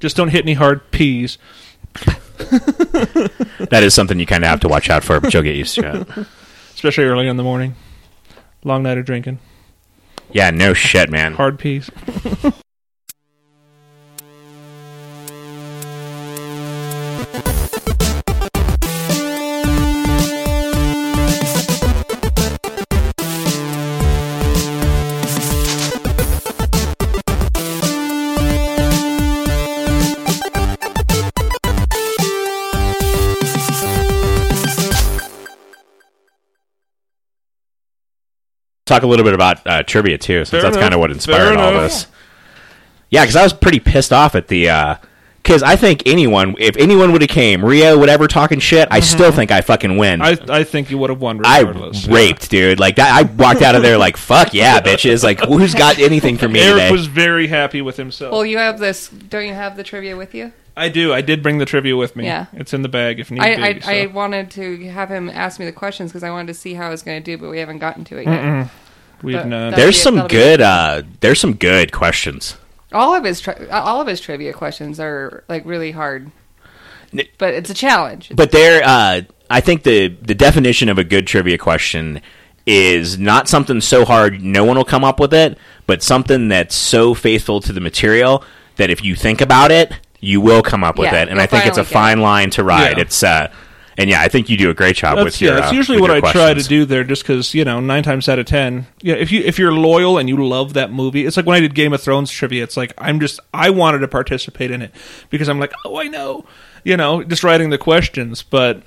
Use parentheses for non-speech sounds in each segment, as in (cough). Just don't hit any hard P's. That is something you kind of have to watch out for, but you'll get used to (laughs) it. especially early in the morning. Long night of drinking, Yeah, no shit, man. hard peas. Talk a little bit about uh, trivia too, since Fair that's enough. kind of what Fair inspired all enough. this. Yeah, because I was pretty pissed off at the. Because I think anyone, if anyone would have came, Rio, whatever, talking shit, I still think I fucking win. Mm-hmm. I I think you would have won I regardless. raped, dude. Like that, I walked out of there like, "Fuck (laughs) yeah, bitches!" Like, who's got anything for me Eric today? was very happy with himself. Well, you have this. Don't you have the trivia with you? I do. I did bring the trivia with me. Yeah. it's in the bag if need I, be. I, so. I wanted to have him ask me the questions because I wanted to see how I was going to do, but we haven't gotten to it yet. We've but none. uh, that- there's be- some that'll be- good. Uh, there's some good questions. All of his tri- all of his trivia questions are like really hard, N- but it's a challenge. But there, uh, I think the the definition of a good trivia question is not something so hard no one will come up with it, but something that's so faithful to the material that if you think about it, you will come up with Yeah, it. And you'll I think it's a finally fine line to ride. Yeah. It's uh, and yeah, I think you do a great job with That's, your. yeah, it's uh, usually with what your I try to questions. do there, just because you know nine times out of ten, yeah. If you if you're loyal and you love that movie, it's like when I did Game of Thrones trivia. It's like I'm just I wanted to participate in it because I'm like oh I know, you know, just writing the questions. But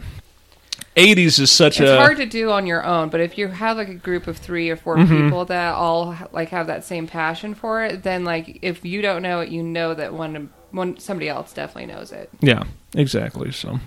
80s is such It's a hard to do on your own, but if you have like a group of three or 4 people that all like have that same passion for it, then like if you don't know it, you know that one one somebody else definitely knows it. yeah exactly. So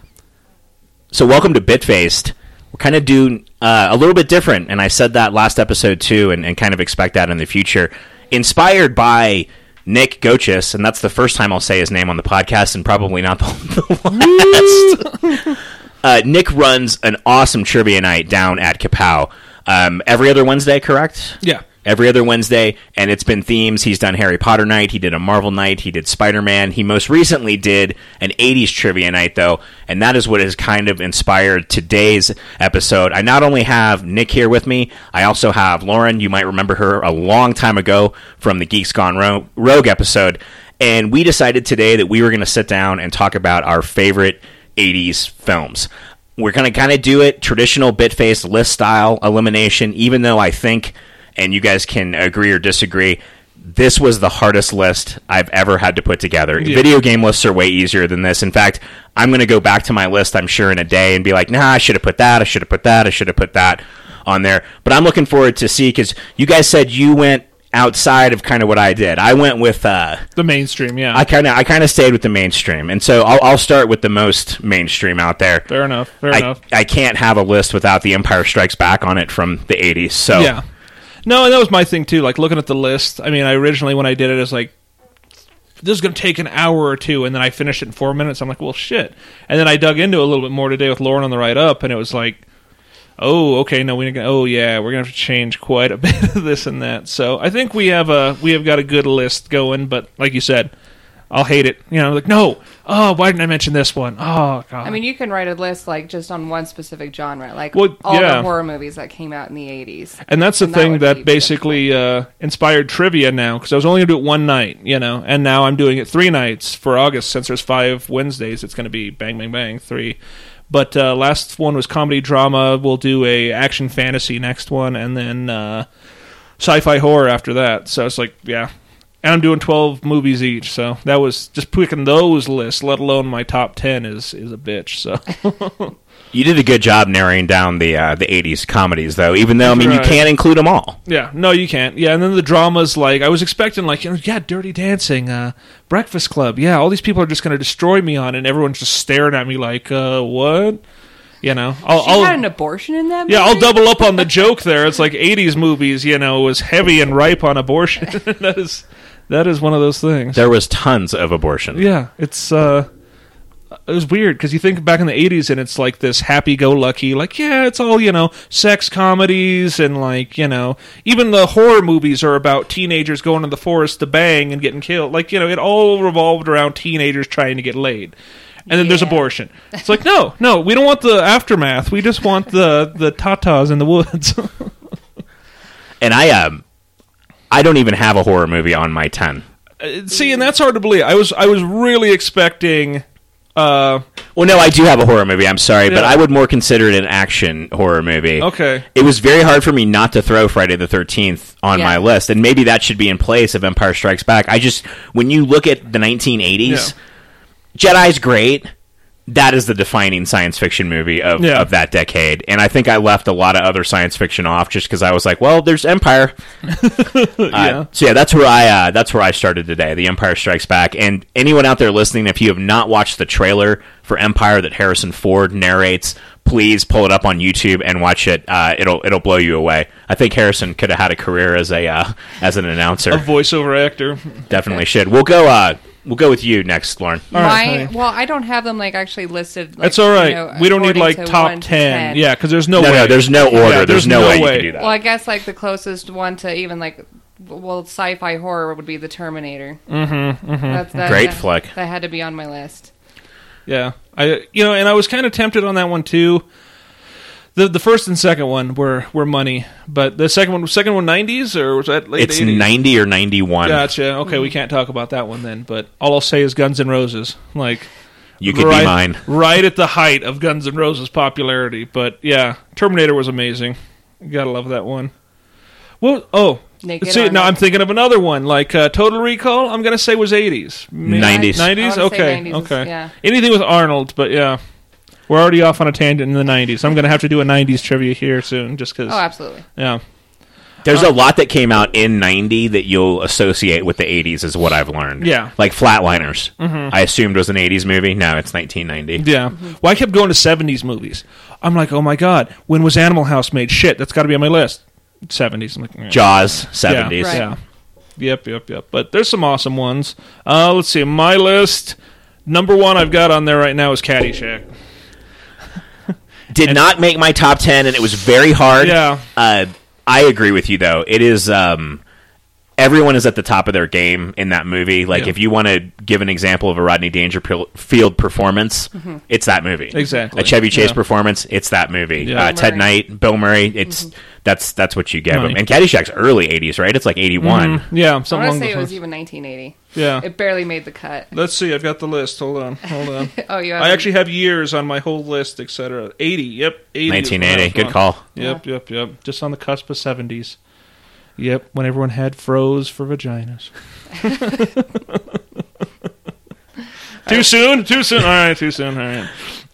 So welcome to Bitfaced. We're kind of doing uh, a little bit different, and I said that last episode too, and, and kind of expect that in the future. Inspired by Nick Gochis, and that's the first time I'll say his name on the podcast, and probably not the, the (laughs) last. uh, Nick runs an awesome trivia night down at Kapow um, every other Wednesday, correct? yeah, every other Wednesday, and it's been themes. He's done Harry Potter night, he did a Marvel night, he did Spider Man. He most recently did an 80s trivia night, though, and that is what has kind of inspired today's episode. I not only have Nick here with me, I also have Lauren. You might remember her a long time ago from the Geeks Gone Ro- Rogue episode. And we decided today that we were going to sit down and talk about our favorite 80s films. We're going to kind of do it traditional bit face list style elimination, even though I think and you guys can agree or disagree. This was the hardest list I've ever had to put together. Video game lists are way easier than this. In fact, I'm going to go back to my list, I'm sure, in a day and be like, nah, I should have put that, I should have put that, I should have put that on there. But I'm looking forward to see because you guys said you went outside of kind of what I did. I went with, uh, the mainstream. Yeah, I kind of, I kind of stayed with the mainstream. And so I'll, I'll start with the most mainstream out there. fair enough. Fair I, enough. I can't have a list without The Empire Strikes Back on it from the 80s. So Yeah. No, and that was my thing too. Like looking at the list. I mean, I originally when I did it, it was like this is going to take an hour or two, and then I finished it in four minutes. I'm like, well, shit. And then I dug into it a little bit more today with Lauren on the write up, and it was like, oh, okay, no, we're gonna, oh yeah, we're gonna have to change quite a (laughs) bit of this and that. So I think we have a we have got a good list going, but like you said. I'll hate it. You know, like no. Oh, why didn't I mention this one? Oh god. I mean, you can write a list like just on one specific genre, like Well, all yeah. the horror movies that came out in the eighties. And that's the And that thing would that, be basically uh, inspired trivia now, because I was only going to do it one night, you know, and now I'm doing it three nights for August since there's five Wednesdays. It's going to be bang, bang, bang, three. But uh, last one was comedy drama. We'll do a action fantasy next one, and then uh, sci-fi horror after that. So it's like, yeah. And I'm doing 12 movies each, so that was just picking those lists, let alone my top 10 is is a bitch. So (laughs) You did a good job narrowing down the uh, the '80s comedies, though. Even though I mean, Right. you can't include them all. Yeah, no, you can't. Yeah, and then the dramas like I was expecting, like you know, yeah, Dirty Dancing, uh, Breakfast Club. Yeah, all these people are just going to destroy me on, it, and everyone's just staring at me like, uh, what? You know, I'll, She I'll had an abortion in that. yeah, I'll movie? double up (laughs) on the joke there. It's like '80s movies, you know, was heavy and ripe on abortion. (laughs) that is that is one of those things. There was tons of abortion. Yeah, it's uh, it was weird because you think back in the 80s and it's like this happy-go-lucky like yeah it's all you know sex comedies and like you know even the horror movies are about teenagers going to the forest to bang and getting killed like you know it all revolved around teenagers trying to get laid and then there's Yeah. abortion it's like no no we don't want the aftermath we just want the the tatas in the woods (laughs) And I um, I don't even have a horror movie on my ten. Uh, see and that's hard to believe i was i was really expecting uh Well, no, I do have a horror movie. I'm sorry, but Yeah. I would more consider it an action horror movie. Okay. It was very hard for me not to throw Friday the 13th on Yeah. my list, and maybe that should be in place of Empire Strikes Back. I just, when you look at the 1980s, Jedi's great. That is the defining science fiction movie of, Yeah. of that decade. And I think I left a lot of other science fiction off just because I was like, well, there's Empire. Uh, so yeah, that's where I uh, that's where I started today. The Empire Strikes Back, and anyone out there listening, if you have not watched the trailer for Empire that Harrison Ford narrates, please pull it up on YouTube and watch it. Uh, it'll it'll blow you away. I think Harrison could have had a career as a uh, as an announcer. a voiceover actor Oh, Definitely should. We'll go. Uh, we'll go with you next, Lauren. All right, My, honey. well, I don't have them like actually listed. Like, That's all right. you know, we don't need according like to top 1 10. to Yeah, because there's no, No, way. no, there's no order. there's, no, way, you can do that. Well, I guess like the closest one to even like well, sci-fi horror would be the Terminator. Mm-hmm. That's, that, Great that- flick. That had to be on my list. Yeah, I you know, and I was kind of tempted on that one too. The the first and second one were were money, but the second one second one 90s or was that late It's 80s? ninety or ninety one. Gotcha. Okay, Mm-hmm. we can't talk about that one then. But all I'll say is Guns N' Roses. Like You could right, be mine. Right at the height of Guns N' Roses popularity. But yeah, Terminator was amazing. You gotta love that one. Well, oh, Naked see, now Army. I'm thinking of another one like uh, Total Recall. I'm gonna say was 80s, Maybe- 90s. 90s. I wanna say Okay, 90s, okay. yeah. Anything with Arnold, but yeah, we're already off on a tangent in the 90s. I'm gonna have to do a 90s trivia here soon, just because. Oh, absolutely. yeah. There's a lot that came out in '90 that you'll associate with the '80s, is what I've learned. Yeah. Mm-hmm. like Flatliners. I assumed was an '80s movie. No, it's 1990. Yeah. Mm-hmm. Well, I kept going to 70s movies. I'm like, oh my God, when was Animal House made? Shit, that's got to be on my list. 70s. I'm like, eh. Jaws, '70s. Yeah. Right. yeah. Yep, yep, yep. But there's some awesome ones. Uh, let's see. My list, number one I've got on there right now is Caddyshack. Did not make my top ten, and it was very hard. Yeah. Uh, I agree with you though. It is. Um, everyone is at the top of their game in that movie. Like, Yeah. if you want to give an example of a Rodney Dangerfield performance, Mm-hmm. it's that movie. Exactly. A Chevy Chase Yeah. performance, it's that movie. Yeah. Uh, Bill Ted Murray. Mm-hmm. Knight, Bill Murray. It's that's that's what you give Money. them. And Caddyshack's early '80s, right? It's like '81. Yeah, something I want to along say those it was lines. even 1980. Yeah. It barely made the cut. Let's see. I've got the list. Hold on. Hold on. (laughs) Oh, you. I actually have years on my whole list, etc. 80. Yep. 80 is the 1980. last Good one. call. Yep, yep, yep. Just on the cusp of 70s. Yep, when everyone had froze for (laughs) vaginas. (laughs) too soon? Too soon? All right, too soon. All right.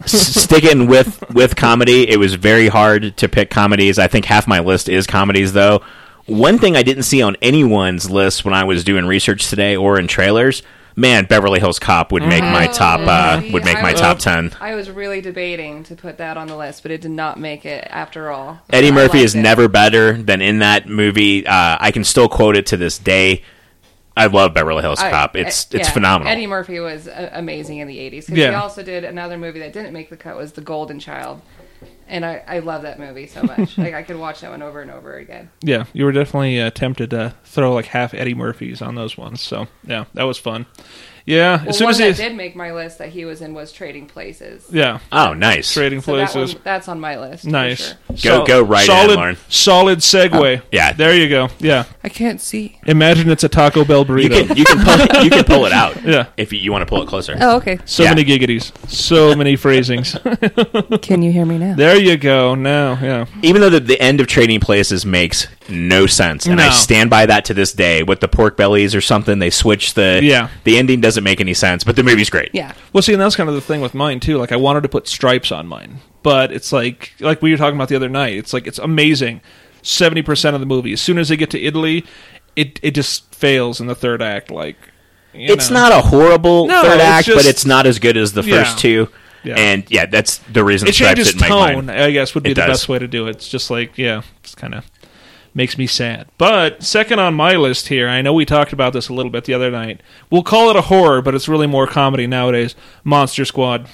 S- Sticking with with comedy, it was very hard to pick comedies. I think half my list is comedies, though. One thing I didn't see on anyone's list when I was doing research today or in trailers, man, Beverly Hills Cop would make my top uh, Mhm. would make my I top would- ten. I was really debating to put that on the list, but it did not make it after all. Eddie I Murphy liked is it. never better than in that movie. Uh, I can still quote it to this day. I love Beverly Hills I- Cop. It's uh, it's yeah. phenomenal. Eddie Murphy was uh, amazing in the 80s. 'cause He Yeah. also did another movie that didn't make the cut was The Golden Child. And I, I love that movie so (laughs) much. like I could watch that one over and over again. Yeah, you were definitely uh, tempted to throw like half Eddie Murphy's on those ones. So, yeah, that was fun. Yeah, Well, as soon one as that he. did make my list that he was in was Trading Places. Yeah, oh, nice. trading So that places. one, that's on my list. for nice. sure. Go- go right in, solid, Lauren. Um, Solid segue. yeah. There you go. Yeah. I can't see. Imagine it's a Taco Bell burrito. You can you can pull it, you can pull it out. Yeah. If you, you want to pull it closer. (laughs) Oh, okay. so Yeah. many giggities. So many (laughs) phrasings. Can you hear me now? There you go. Now, yeah. Even though the, the end of Trading Places makes no sense, and I No. stand by that to this day. With the pork bellies or something, they switch the Yeah. The ending doesn't make any sense, but the movie's great. Yeah. Well, see, and that's kind of the thing with mine too. Like, I wanted to put stripes on mine, but it's like, like we were talking about the other night. It's like it's amazing. Seventy percent of the movie. As soon as they get to Italy, it it just fails in the third act. Like, you It's know. not a horrible No, third it's act, but just- it's not as good as the Yeah. first two. Yeah. And yeah, that's the reason It Stripes changes didn't make mine. tone. I guess would be It the does. best way to do it. It's just like, yeah, it's kind of. makes me sad. But second on my list here, I know we talked about this a little bit the other night. We'll call it a horror, but it's really more comedy nowadays. Monster Squad.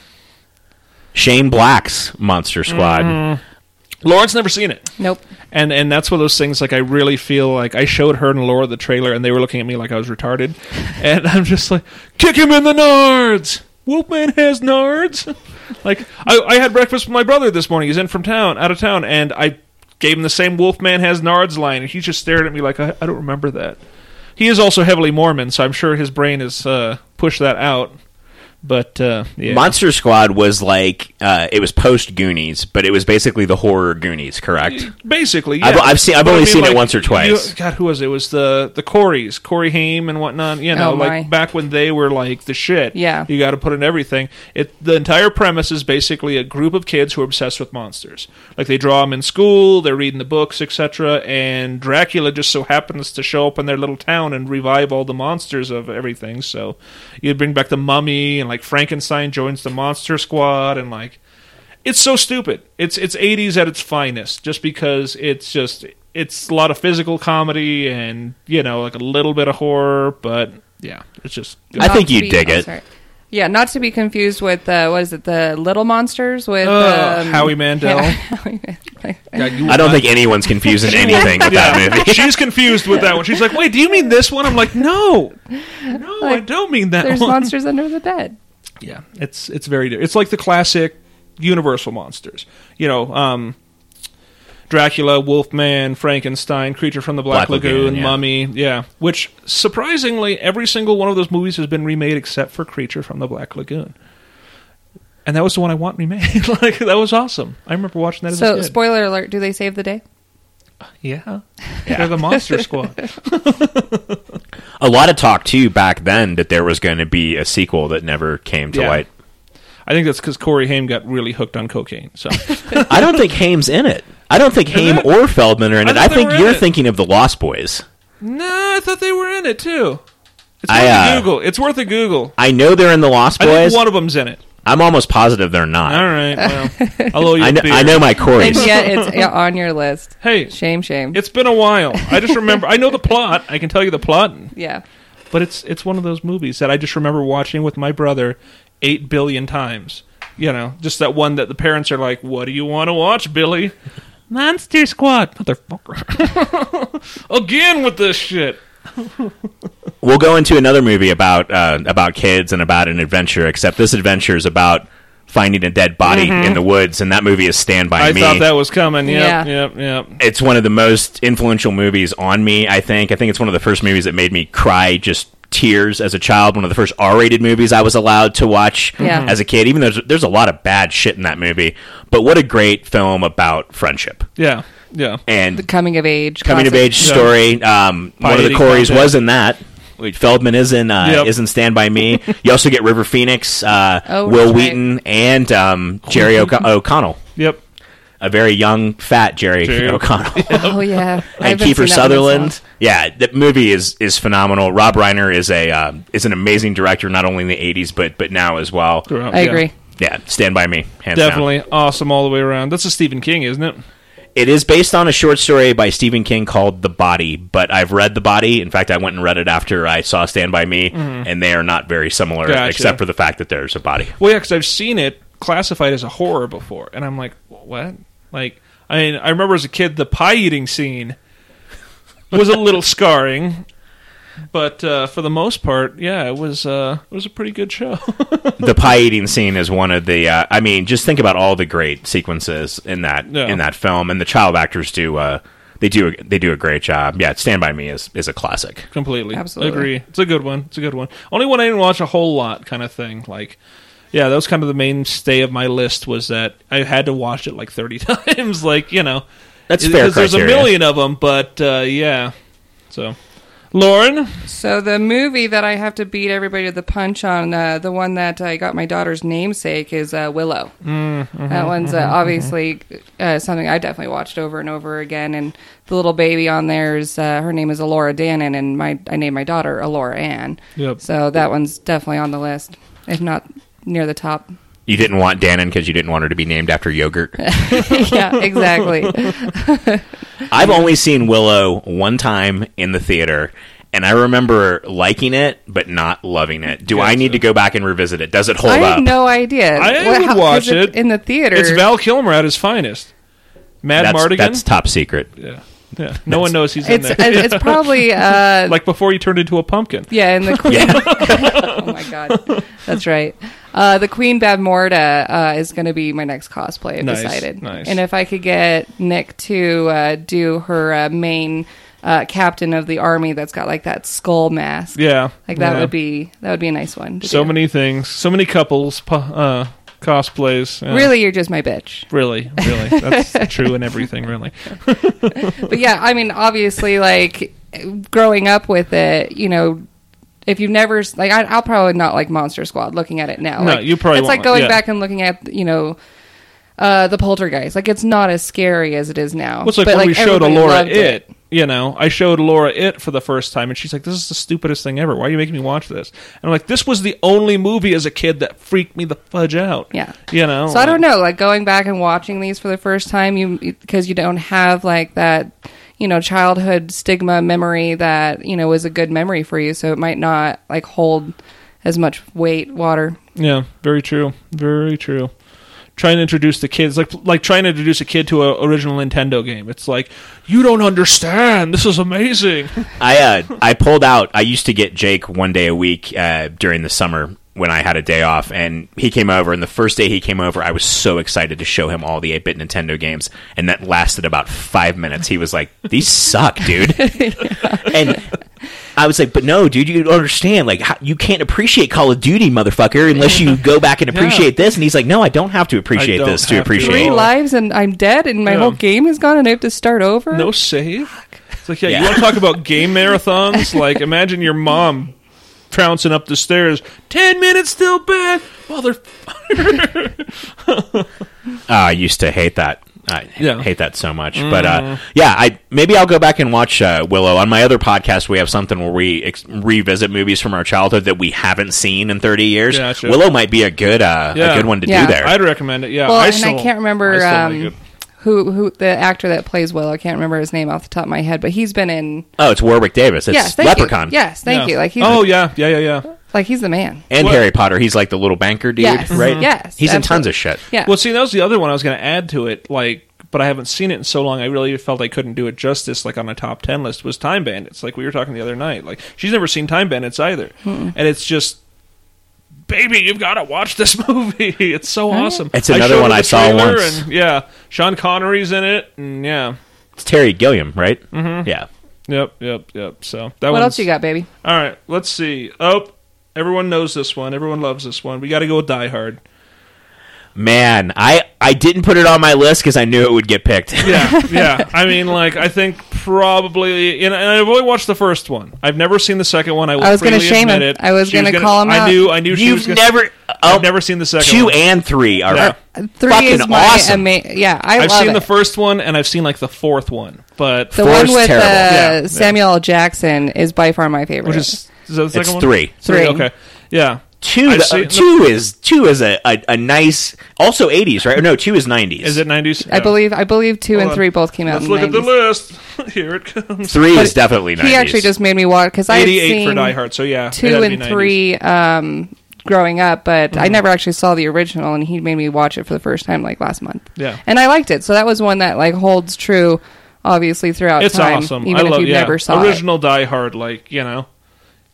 Shane Black's Monster Squad. Mm-hmm. Lauren's never seen it. Nope. And and that's one of those things like I really feel like I showed her and Laura the trailer and they were looking at me like I was retarded. And I'm just like, kick him in the nards. Wolfman has nards. Like I, I had breakfast with my brother this morning. He's in from town, out of town, and I gave him the same Wolfman has nards line, and he just stared at me like I, I don't remember that. He is also heavily Mormon, so I'm sure his brain has uh, pushed that out. But uh, yeah, Monster Squad was like uh, it was post Goonies, but it was basically the horror Goonies, correct? basically. I've- yeah. I've seen- I've But only seen it once or twice. you- God, who was it? It was the the Coreys, Corey Haim and whatnot. You know, Oh, my. like back when they were like the shit. Yeah. you got to put in everything. It the entire premise is basically a group of kids who are obsessed with monsters. Like they draw them in school, they're reading the books, etc. And Dracula just so happens to show up in their little town and revive all the monsters of everything. So you bring back the mummy and like Frankenstein joins the monster squad and like it's so stupid. It's it's 80s at its finest just because it's just it's a lot of physical comedy and you know like a little bit of horror, but yeah, it's just good. I Not think to you'd be- dig oh, it. sorry. Yeah, not to be confused with uh, what is it, the Little Monsters with Ugh, um, Howie (laughs) Mandel. Howie Mandel. I don't think (laughs) anyone's confusing anything with that movie. She's confused with that one. She's like, "Wait, do you mean this one?" I'm like, "No, no, I don't mean that There's one." monsters under the bed. Yeah, it's it's very di- it's like the classic Universal monsters. You know, um, Dracula, Wolfman, Frankenstein, Creature from the Black, Black Lagoon, Lagoon, yeah. Mummy. Yeah, which surprisingly, every single one of those movies has been remade except for Creature from the Black Lagoon. And that was the one I want remade. (laughs) like that was awesome. I remember watching that. As a So, kid. spoiler alert: Do they save the day? yeah. they're the Monster Squad. A lot of talk too back then that there was going to be a sequel that never came to Yeah. light. I think that's because Corey Haim got really hooked on cocaine. So (laughs) I don't think Haim's in it. I don't think Haim it? or Feldman are in I it. thought I they think were in you're it. thinking of the Lost Boys. no, I thought they were in it too. It's worth I, uh, a Google. It's worth a Google. I know they're in the Lost I Boys. think one of them's in it. I'm almost positive they're All not. right. (laughs) Well, I'll owe you I a know, beer. I know my And Corey's. yet, (laughs) it's yeah, on your list. Hey, Shame, shame. it's been a while. I just remember. I know the plot. I can tell you the plot, yeah, but it's it's one of those movies that I just remember watching with my brother eight billion times. You know, just that one that the parents are like, "What do you want to watch, Billy?" Monster Squad, motherfucker. (laughs) Again with this shit. We'll go into another movie about uh, about kids and about an adventure. Except this adventure is about finding a dead body in the woods, and that movie is Stand by I Me. thought that was coming. Yep, Yeah. yep, yep. it's one of the most influential movies on me. I think. I think it's one of the first movies that made me cry just tears as a child. One of the first R-rated movies I was allowed to watch Yeah. as a kid. Even though there's, there's a lot of bad shit in that movie, but what a great film about friendship Yeah, yeah. and the coming of age. coming of classic. age story. Um, one of the Piety Coreys contest. was in that. Wait, Feldman is in uh, Yep. is in Stand by (laughs) Me. you also get River Phoenix, uh, Oh, Will right. Wheaton, and um, Jerry O'Con- O'Connell. Yep. A very young, fat Jerry, Jerry O'Connell. Oh yeah, I (laughs) and haven't seen Kiefer that one in so Sutherland. Yeah, that movie is is phenomenal. Rob Reiner is a uh, is an amazing director, not only in the '80s but but now as well. Throughout, long. I yeah. agree. Yeah, Stand by Me, hands down. Definitely awesome all the way around. That's a Stephen King, isn't it? It is based on a short story by Stephen King called The Body, but I've read The Body. In fact, I went and read it after I saw Stand by Me, and they are not very similar, Mm-hmm. Gotcha. except for the fact that there's a body. Well, yeah, because I've seen it classified as a horror before, and I'm like, what? Like, I mean, I remember as a kid, the pie eating scene was a (laughs) little scarring, but uh, for the most part, yeah, it was uh, it was a pretty good show. (laughs) the pie eating scene is one of the. Uh, I mean, just think about all the great sequences in that Yeah. in that film, and the child actors do. Uh, they do. They do a great job. Yeah, Stand by Me is is a classic. Completely, Absolutely. agree. It's a good one. It's a good one. Only one I didn't watch a whole lot, kind of thing. Like, yeah, that was kind of the mainstay of my list was that I had to watch it like (laughs) 30 times. Like, you know, That's it- fair there's a criteria. million of them, but uh, yeah. So, Lauren, So the movie that I have to beat everybody to the punch on, uh, the one that I got my daughter's namesake is uh, Willow. Mm-hmm. that one's uh, obviously uh, something I definitely watched over and over again. And the little baby on there is uh, her name is Alora Dannon, and my I named my daughter Alora Ann. Yep. So that one's definitely on the list, if not near the top. (laughs) You didn't want Dannon because you didn't want her to be named after yogurt. yeah, exactly. I've only seen Willow one time in the theater, and I remember liking it but not loving it. Do I need to go back and revisit it? Does it hold I up? had no idea. I would 'cause watch it's it. in the theater. It's Val Kilmer at his finest. Mad that's, Mardigan. that's top secret. yeah. Yeah. No one knows he's in (laughs) It's there. it's probably uh, (laughs) like before he turned into a pumpkin. yeah, (laughs) in the Queen. Yeah. (laughs) oh my god, that's right. Uh, the Queen Bad Morda uh, is going to be my next cosplay. I've Nice, decided, nice. and if I could get Nick to uh, do her uh, main uh, captain of the army, that's got like that skull mask. Yeah. Like that Yeah. would be that would be a nice one. to so do. many things, so many couples, pu- uh, cosplays. yeah. Really, you're just my bitch. Really, really. (laughs) That's true in everything, really. But yeah, I mean, obviously, like growing up with it, you know, if you've never like, I, I'll probably not like Monster Squad. Looking at it now, No, like, you probably it's won't like like- going yeah. back and looking at you know. Uh, the poltergeist, like it's not as scary as it is now. Well, it's like But, when we showed everybody Alora loved it. You know, I showed Alora it for the first time, and she's like, "This is the stupidest thing ever. Why are you making me watch this?" And I'm like, "This was the only movie as a kid that freaked me the fudge out." Yeah. You know. So I don't know, like going back and watching these for the first time, you because you don't have like that, you know, childhood stigma memory that you know was a good memory for you. So it might not like hold as much weight, water. Yeah. Very true. Very true. Trying to introduce the kids, like like trying to introduce a kid to an original Nintendo game. It's like you don't understand. This is amazing. I uh, I pulled out. I used to get Jake one day a week uh, during the summer when I had a day off, and he came over. And the first day he came over, I was so excited to show him all the 8-bit Nintendo games, and that lasted about five minutes. He was like, "These suck, dude," and. I was like, but no, dude, you don't understand. Like, how, you can't appreciate Call of Duty, motherfucker, unless you go back and appreciate this. And he's like, no, I don't have to appreciate don't this to have to. appreciate. three Oh. lives and I'm dead and my Yeah. whole game is gone and I have to start over. No save. It's like, yeah, Yeah. you want to talk about game marathons? Like, imagine your mom trouncing up the stairs. Ten minutes till bed, mother. Oh, I used to hate that. I Yeah. Mm. hate that so much. But uh, yeah, I maybe I'll go back and watch uh, Willow. On my other podcast, we have something where we ex- revisit movies from our childhood that we haven't seen in 30 years. Gotcha. Willow might be a good uh, Yeah. a good one to Yeah. do there. I'd recommend it. Yeah, Well, I and still, I can't remember I still like um, it. who who the actor that plays Will. I can't remember his name off the top of my head, but he's been in. oh, it's Warwick Davis. It's yes, thank Leprechaun you. Yes, thank Yeah. you. Like he's oh yeah, yeah, yeah, yeah. like he's the man. and What- Harry Potter. He's like the little banker dude, Yes. right? Mhm. Yes, he's in tons absolutely. of shit. Yeah. Well, see, that was the other one I was going to add to it. Like, but I haven't seen it in so long. I really felt I couldn't do it justice. Like on my top ten list was Time Bandits. Like we were talking the other night. Like she's never seen Time Bandits either, Hmm. and it's just. Baby, you've got to watch this (laughs) movie. It's so awesome. It's another showed one her the I saw trailer once. And, yeah, Sean Connery's in it, and yeah, It's Terry Gilliam, right? Mm-hmm. Yeah. yep, yep, yep. So that what one's- else you got, baby? All right, let's see. Oh, everyone knows this one. Everyone loves this one. We got to go with Die Hard. Man, I, I didn't put it on my list because I knew it would get picked. yeah, (laughs) yeah. I mean, like, I think probably, and, and I've only watched the first one. I've never seen the second one. I, will I was gonna freely shame admit him. It. I was She gonna call him I out. knew. I knew. she was You've gonna, never. oh, I've never seen the second two one. and three are Yeah. Three fucking is my awesome. ama- yeah. I I've love seen it. the first one, and I've seen like the fourth one, but The Four's one with uh, terrible. Yeah, yeah. Samuel L. Jackson is by far my (laughs) favorite. which is, is that the second It's one? three. Three. Okay. Yeah. two. I've the- seen- two is two is a, a, a nice also eighties right? Or No, two is nineties. Is it nineties? I believe I believe two and on. three both came out. Let's in look at the 90s. list. (laughs) Here it comes. three? Is definitely He nineties. actually just made me watch because I had (laughs) Eighty-eight seen for Die Hard. So yeah, it had two to be Mm-hmm. and 90s. three um, growing up, but I never actually saw the original, and he made me watch it for the first time like last month. Yeah. and I liked it, so that was one that like holds true, obviously throughout It's time. awesome. Even I if love you yeah. never saw original Die Hard. Like you know,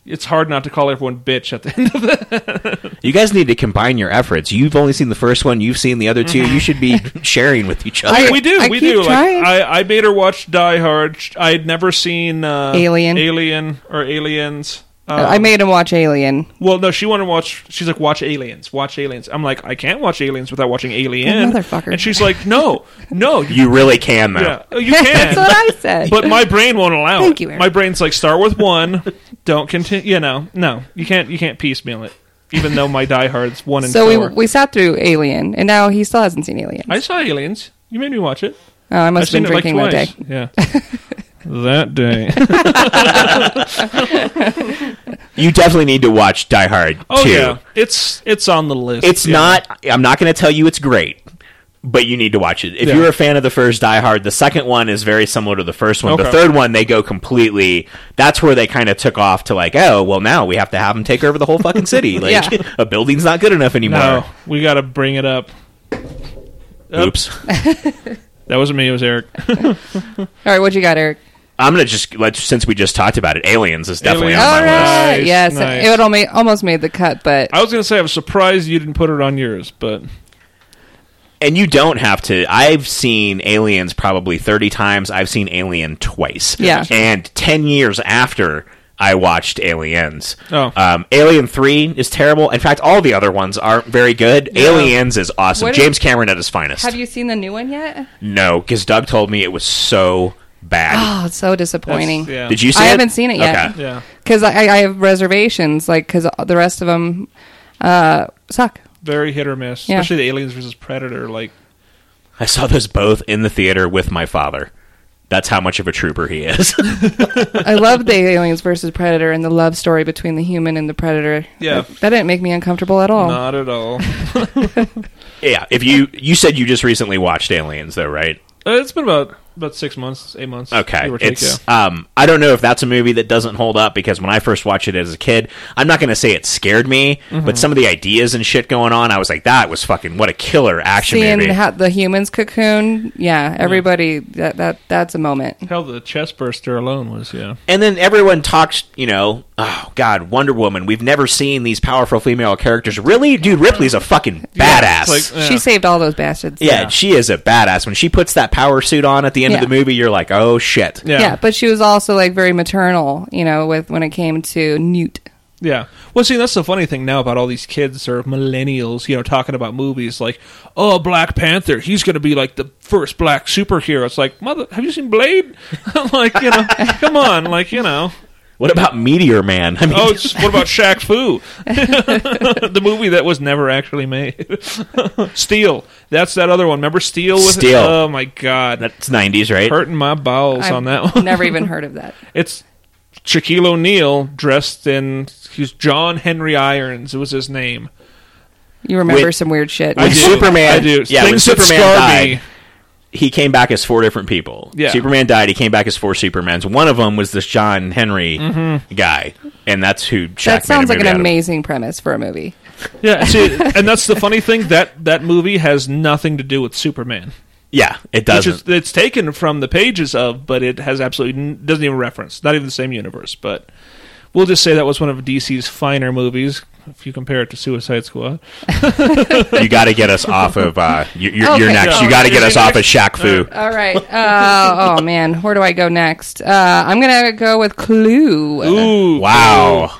it's hard not to call everyone bitch at the end of it. You guys need to combine your efforts. You've only seen the first one. You've seen the other two. You should (laughs) be sharing with each other. I- we do, we keep do. Like, trying. I, I made her watch Die Hard. Sh- I had never seen uh, Alien. Alien or Aliens. it. Uh, I made him watch Alien. well, no, she wanted to watch. She's like, watch Aliens, watch Aliens. I'm like, I can't watch Aliens without watching Alien, motherfucker. And she's like, No, (laughs) no, you, you really can though. yeah, oh, you That's what can. I said. But my brain won't allow it. Thank you, Eric. My brain's like, start with one, don't continue. You know, no, you can't. You can't piecemeal it. Even though my Die Hard's one and so we four. we sat through Alien, and now he still hasn't seen Alien. I saw Aliens. You made me watch it. oh, I I've must have seen been it like drinking twice. that day. (laughs) Yeah. that day. you definitely need to watch Die Hard Oh 2. yeah, it's it's on the list. It's yeah. not. I'm not going to tell you it's great, but you need to watch it. If Yeah. you're a fan of the first Die Hard, the second one is very similar to the first one. The Okay. third one, they go completely. That's where they kind of took off to like, oh, well, now we have to have them take over the whole fucking city. Like, (laughs) (laughs) Yeah. a building's not good enough anymore. No, we got to bring it up. Up. Oops. That wasn't me. It was Eric. All right, what you got, Eric? I'm gonna just let since we just talked about it. Aliens is definitely Aliens. on All my list. right, Nice, yes, nice. it would almost almost made the cut, but I was gonna say I'm surprised you didn't put it on yours, but And you don't have to. I've seen Aliens probably 30 times. I've seen Alien twice. Yeah. And 10 years after I watched Aliens. Oh. Um, Alien 3 is terrible. In fact, all the other ones aren't very good. Aliens is awesome. What is- James Cameron at his finest. have you seen the new one yet? no, because Doug told me it was so (gasps) bad. Oh, it's so disappointing. yeah. Did you see I it? haven't seen it yet. Okay. yeah, because I, I have reservations, like because the rest of them uh, suck. very hit or miss. Yeah. Especially the Aliens versus Predator. Like I saw those both in the theater with my father. That's how much of a trooper he is. (laughs) I love the aliens versus predator and the love story between the human and the predator. Yeah. that, that didn't make me uncomfortable at all. not at all. yeah. If you you said you just recently watched Aliens though, right? Uh, it's been about about six months, eight months. Okay, give or take, it's yeah. um, I don't know if that's a movie that doesn't hold up because when I first watched it as a kid, I'm not going to say it scared me, Mm-hmm. but some of the ideas and shit going on, I was like, that was fucking what a killer action Seeing movie. how the humans cocoon, yeah, everybody that that that's a moment. hell the chest burster alone was yeah. and then everyone talks, you know, oh god, Wonder Woman. We've never seen these powerful female characters. Really, dude, Ripley's a fucking (laughs) Yeah, badass. it's like, uh, yeah. She saved all those bastards. yeah, she is a badass. When she puts that power suit on at the end of Yeah. the movie, you're like, oh shit. yeah, yeah, yeah, but she was also like very maternal, you know, with when it came to Newt. Well, see, that's the funny thing now about all these kids or millennials, you know, talking about movies like, oh, Black Panther, he's going to be like the first black superhero. It's like, mother, have you seen Blade? (laughs) I'm like, you know, come on, like, you know. What about Meteor Man? (laughs) I mean, Oh, it's, what about Shaq Fu? (laughs) the movie that was never actually made. (laughs) Steel. That's that other one. Remember Steel? With Steel. Oh my God, that's '90s, right? hurting my bowels I've on that one. never even heard of that. (laughs) It's Shaquille O'Neal dressed in. He's John Henry Irons. It was his name. You remember With- some weird shit. When do. Superman- I do. yeah, when Things that Superman scar died, me. he came back as four different people. Yeah. Superman died. He came back as four Supermans. One of them was this John Henry Mm-hmm. guy, and that's who. Shaq that sounds made a like movie an out of. amazing premise for a movie. Yeah, see, and that's the funny thing that that movie has nothing to do with Superman, Yeah, it which doesn't. is it's taken from the pages of, but it has absolutely n- doesn't even reference, not even the same universe. But we'll just say that was one of DC's finer movies if you compare it to Suicide Squad. you got to (laughs) get us off of. Uh, you, you're, you're Okay. uh, next. You got to get us off of Shaq Fu. All right. Uh, oh man, where do I go next? Uh, I'm gonna go with Clue. Ooh, Wow.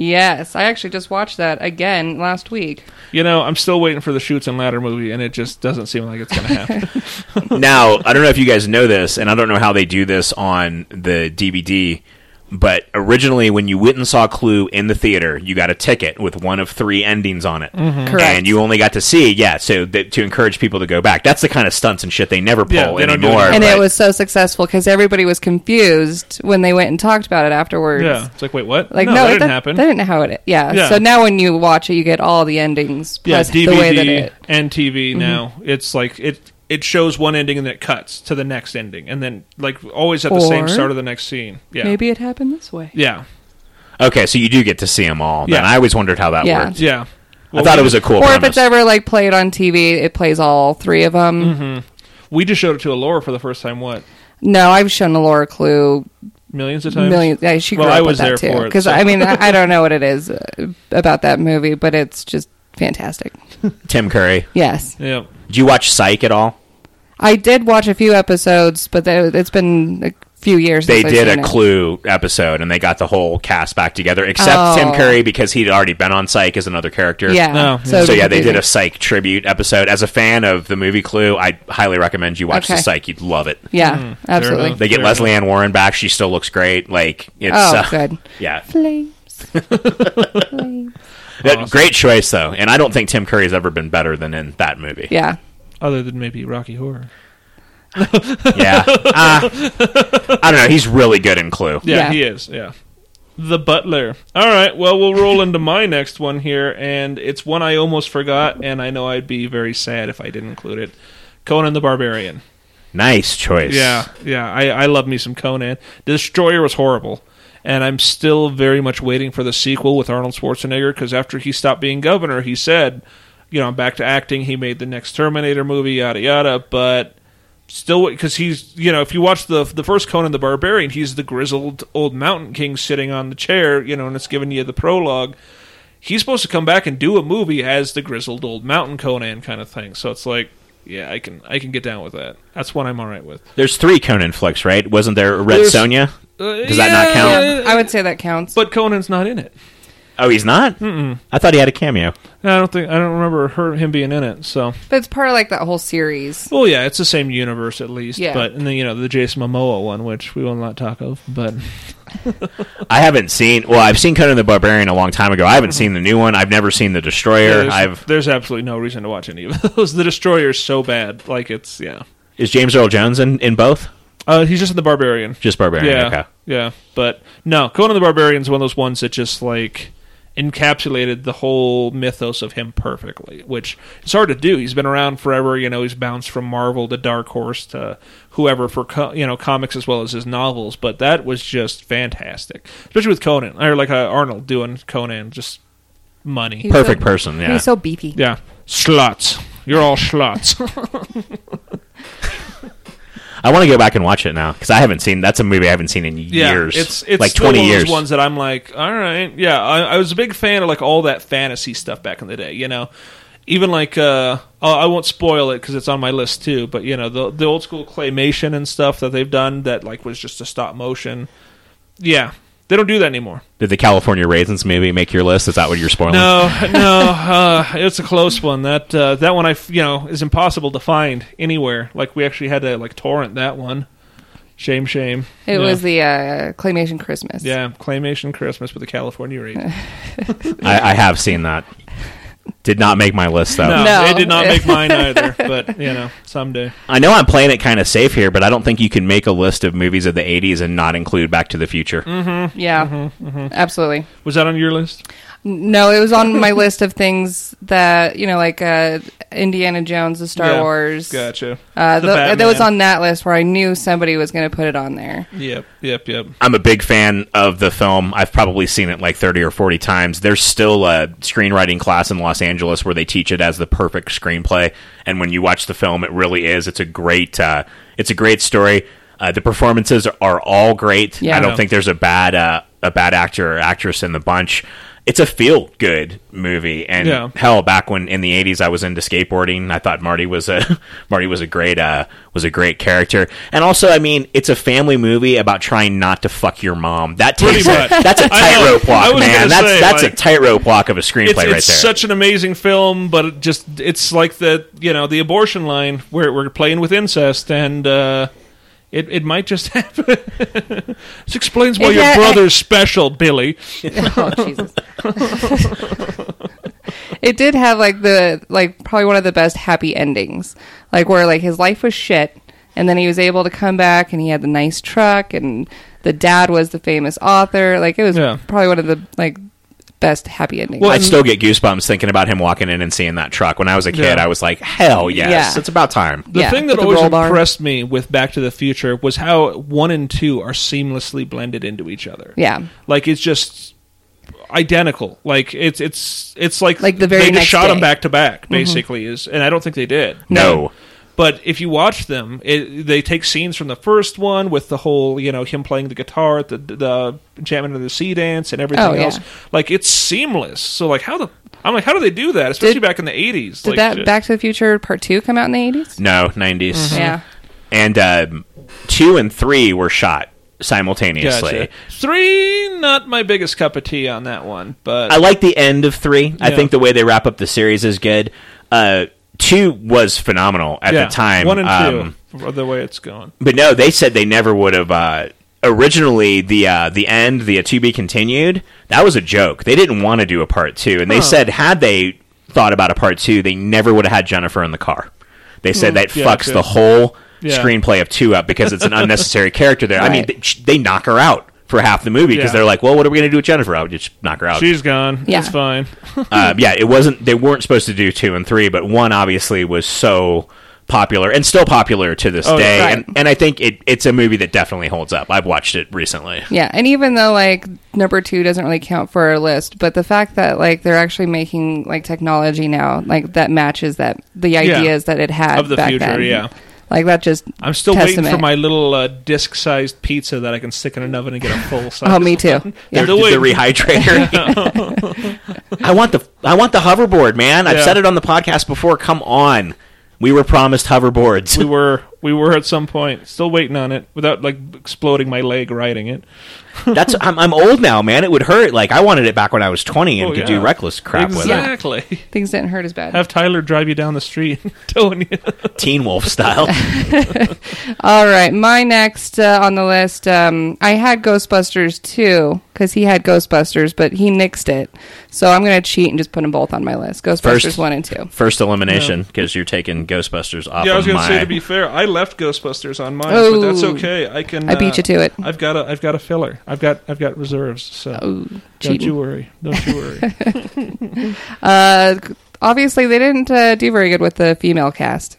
Yes, I actually just watched that again last week. You know, I'm still waiting for the Shoots and Ladder movie, and it just doesn't seem like it's going to (laughs) happen. now I don't know if you guys know this, and I don't know how they do this on the DVD. But originally, when you went and saw Clue in the theater, you got a ticket with one of three endings on it, Mm-hmm. Correct. and you only got to see yeah. So that, to encourage people to go back, that's the kind of stunts and shit they never pull Yeah, they don't do anymore. it. and but- it was so successful because everybody was confused when they went and talked about it afterwards. yeah, it's like, wait, what? Like no, that it didn't that- happen. That didn't how it. Yeah. Yeah. So now when you watch it, you get all the endings yeah, plus DVD the way that it. Mm-hmm. and TV now. It's like it it shows one ending and then it cuts to the next ending, and then like always at the same Or- start of the next scene. Yeah, Maybe it happened this way. yeah, Okay, so you do get to see them all. Then Yeah. I always wondered how that Yeah. worked. yeah. Well, I thought we it was a just- cool. or if premise. it's ever like played on TV, it plays all three of them. Mm-hmm. we just showed it to Laura for the first time. What No, I've shown the Laura Clue millions of times? Millions. Yeah, she grew Well, up I with was that there too. for it, Because so- I mean, I, I don't know what it is uh, about that movie, but it's just fantastic. Tim Curry, Yes, Yeah, did you watch Psych at all? I did watch a few episodes, but they, it's been a few years. They since I've did seen a it. Clue episode, and they got the whole cast back together, except Oh. Tim Curry because he'd already been on Psych as another character. Yeah. No. So, So yeah, they did a confusing. Psych tribute episode. As a fan of the movie Clue, I highly recommend you watch the Okay. Psych. You'd love it. Yeah, Hmm, absolutely. enough. They get Fair Leslie Ann Warren back. She still looks great. Like it's Oh, uh, good. (laughs) Yeah, Flames. Flames. That- Awesome. great choice though. And I don't think Tim Curry's ever been better than in that movie. Yeah. other than maybe Rocky Horror. Yeah. Uh, I don't know. He's really good in Clue. Yeah, Yeah. he is. Yeah, The Butler. All right, well, we'll roll into my next one here, and it's one I almost forgot, and I know I'd be very sad if I didn't include it. Conan the Barbarian. Nice choice. Yeah, yeah. I, I love me some Conan. Destroyer was horrible, and I'm still very much waiting for the sequel with Arnold Schwarzenegger because after he stopped being governor, he said, you know, I'm back to acting. He made the next Terminator movie, yada yada. But still, because he's you know, if you watch the the first Conan the Barbarian, he's the grizzled old mountain king sitting on the chair, you know, and it's giving you the prologue. He's supposed to come back and do a movie as the grizzled old mountain Conan kind of thing. So it's like. Yeah, I can I can get down with that. That's one I'm all right with. There's three Conan flicks, right? Wasn't there a Red There's- Sonia? Uh, Does that not count? yeah, I would say that counts. But Conan's not in it. Oh, he's not. Mm-mm. I thought he had a cameo. I don't think I don't remember her him being in it. So, But it's part of like that whole series. well, yeah, it's the same universe at least. Yeah. But and then you know the Jason Momoa one, which we will not talk of. But I haven't seen. Well, I've seen Conan the Barbarian a long time ago. I haven't seen the new one. I've never seen the Destroyer. there's, I've there's absolutely no reason to watch any of (laughs) those. The Destroyer's so bad. Like it's yeah. is James Earl Jones in, in both? Uh, he's just in the Barbarian. Just Barbarian. yeah, Okay. yeah. But no, Conan the Barbarian is one of those ones that just like encapsulated the whole mythos of him perfectly, which it's hard to do. He's been around forever, you know. He's bounced from Marvel to Dark Horse to whoever for co- you know comics as well as his novels. But that was just fantastic, especially with Conan or like uh, Arnold doing Conan, just money. He's Perfect so- person. Yeah. He's so beefy. yeah, slots. You're all slots. I want to go back and watch it now because I haven't seen. That's a movie I haven't seen in yeah, years. It's it's like still twenty one of those years. ones that I'm like, all right, yeah. I, I was a big fan of like all that fantasy stuff back in the day. You know, even like uh, I I won't spoil it because it's on my list too. But you know, the the old school claymation and stuff that they've done that like was just a stop motion. Yeah, they don't do that anymore. Did the California Raisins movie make your list? Is that what you're spoiling? No, no, uh, it's a close one. That uh, that one I f- you know is impossible to find anywhere. Like we actually had to like torrent that one. Shame, shame. It Yeah. was the uh, claymation Christmas. yeah, claymation Christmas with the California Raisins. I, I have seen that. Did not make my list though. No, No. it did not make (laughs) mine either. But you know, someday. I know I'm playing it kind of safe here, but I don't think you can make a list of movies of the 80s and not include Back to the Future. yeah, Mm-hmm, absolutely. Was that on your list? No, it was on (laughs) my list of things that you know, like uh, Indiana Jones, the Star Yeah. Wars. Gotcha. Uh, The tho- that was Batman. on that list where I knew somebody was going to put it on there. (laughs) Yep, yep, yep. I'm a big fan of the film. I've probably seen it like 30 or 40 times. There's still a screenwriting class in Los Angeles where they teach it as the perfect screenplay, and when you watch the film, it really is. It's a great, uh, it's a great story. Uh, the performances are all great. Yeah. I don't Yeah. think there's a bad uh, a bad actor or actress in the bunch. It's a feel good movie, and Yeah. hell, back when in the '80s I was into skateboarding, I thought Marty was a (laughs) Marty was a great uh, was a great character, and also, I mean, it's a family movie about trying not to fuck your mom. That takes much. that's a (laughs) I know. tightrope I walk, was gonna man. That's say, that's like, a tightrope walk of a screenplay It's, right there. it's such an amazing film, but it just it's like the you know the abortion line where we're playing with incest, and uh, it it might just (laughs) happen. this explains why Is your that- brother's special, Billy. oh Jesus! (laughs) it did have like the like probably one of the best happy endings, like where like his life was shit, and then he was able to come back and he had the nice truck, and the dad was the famous author. Like it was Yeah. probably one of the like best happy endings. Well, I still get goosebumps thinking about him walking in and seeing that truck. When I was a kid, Yeah. I was like, "Hell yes, Yeah. it's about time." The Yeah, thing that with the always roll bar. impressed me with Back to the Future was how one and two are seamlessly blended into each other. yeah, Like it's just identical. Like it's it's it's like Like the very they just next shot day. Mm-hmm. them back to back basically is, and I don't think they did. No. But if you watch them, it, they take scenes from the first one with the whole, you know, him playing the guitar, the the enchantment of the sea dance, and everything Oh, yeah. else. Like it's seamless. So like how the I'm like how do they do that, especially Did- back in the eighties? did like, that shit. Back to the Future Part Two come out in the Mm-hmm. eighties? No, 90s. Mm-hmm. Yeah. and um, two and three were shot simultaneously. Gotcha. Three, not my biggest cup of tea on that one, but I like the end of three. I Yeah. think the way they wrap up the series is good. Uh, two was phenomenal at yeah, the time. one and Um, two, for the way it's going. but no, they said they never would have. Uh, originally, the uh, the end, the uh, to be continued, that was a joke. They didn't want to do a part two, and they said had they thought about a part two, they never would have had Jennifer in the car. They said that Hmm. Yeah, fucks true. the whole Yeah. (laughs) screenplay of two up because it's an unnecessary character there. I mean, Right. they, they knock her out for half the movie because Yeah. they're like, well, what are we going to do with Jennifer? I would just knock her out. She's gone. Yeah. It's fine. uh, yeah, it wasn't. They weren't supposed to do two and three, but one obviously was so popular and still popular to this yeah. day. Right. And, and I think it, it's a movie that definitely holds up. I've watched it recently. Yeah, and even though like number two doesn't really count for our list, but the fact that like they're actually making like technology now, like that matches that the ideas that it had Of the back future, then. yeah. like that just I'm still waiting for testament. my little uh, disc-sized pizza that I can stick in an oven and get a full size. (laughs) Oh, me too. The, Yeah. They're- The wig. (laughs) the rehydrator. I want the I want the hoverboard, man. I've Yeah. said it on the podcast before. Come on, we were promised hoverboards. We were we were at some point still waiting on it without like exploding my leg riding it. (laughs) That's I'm, I'm old now, man. It would hurt. Like I wanted it back when I was 20 and Oh, could yeah. do reckless crap with exactly. Things didn't hurt as bad. Have Tyler drive you down the street, (laughs) towing you. it, Teen (laughs) Wolf style. All right, my next uh, on the list. Um, I had Ghostbusters too because he had Ghostbusters, but he nixed it. So I'm gonna cheat and just put them both on my list: Ghostbusters First- one and two. First elimination because you're taking Ghostbusters off. Yeah, I was of gonna my... say to be fair, I left Ghostbusters on mine, but that's Oh. okay. I can. uh, I beat you to it. I've got a I've got a filler. I've got I've got reserves. So don't cheating. you worry. Don't you worry. Uh, obviously, they didn't uh, do very good with the female cast.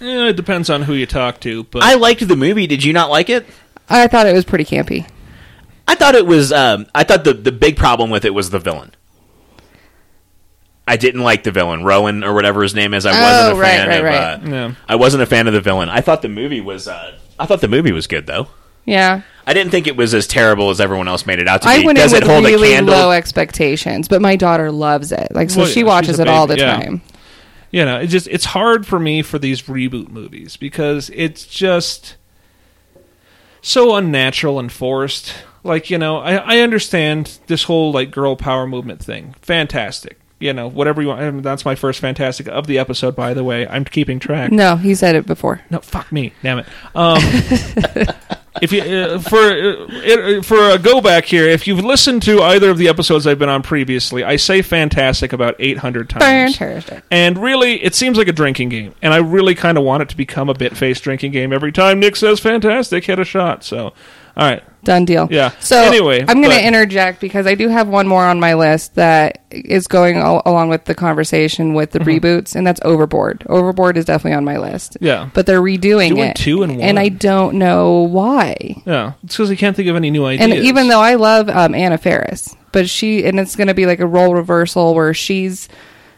yeah, it depends on who you talk to, but I liked the movie. Did you not like it? I thought it was pretty campy. I thought it was. Um, I thought the the big problem with it was the villain. I didn't like the villain, Rowan or whatever his name is. I wasn't Oh, a right, fan right, of. right. Uh, Yeah. I wasn't a fan of the villain. I thought the movie was. Uh, I thought the movie was good though. Yeah, I didn't think it was as terrible as everyone else made it out to be. I went in Does with it hold a really candle? low expectations, but my daughter loves it. Like, so Well, she yeah, watches she's a it all the baby, yeah. time. you know, it's just it's hard for me for these reboot movies because it's just so unnatural and forced. Like, you know, I, I understand this whole like girl power movement thing. Fantastic. You know, whatever you want. I mean, that's my first fantastic of the episode, by the way. I'm keeping track. No, he said it before. No, fuck me, damn it. Um, (laughs) if you uh, for uh, it, uh, for a go back here, if you've listened to either of the episodes I've been on previously, I say fantastic about eight hundred times. Fantastic. And really, it seems like a drinking game, and I really kind of want it to become a bit faced drinking game every time Nick says fantastic, hit a shot. So, all right, Done deal. Yeah. So Anyway, I'm going but- to interject because I do have one more on my list that is going al- along with the conversation with the reboots, and that's Overboard. Overboard is definitely on my list. Mm-hmm. Yeah. But they're redoing Doing it. two in one. And I don't know why. yeah, it's because I can't think of any new ideas. And even though I love um, Anna Ferris, but she and it's going to be like a role reversal where she's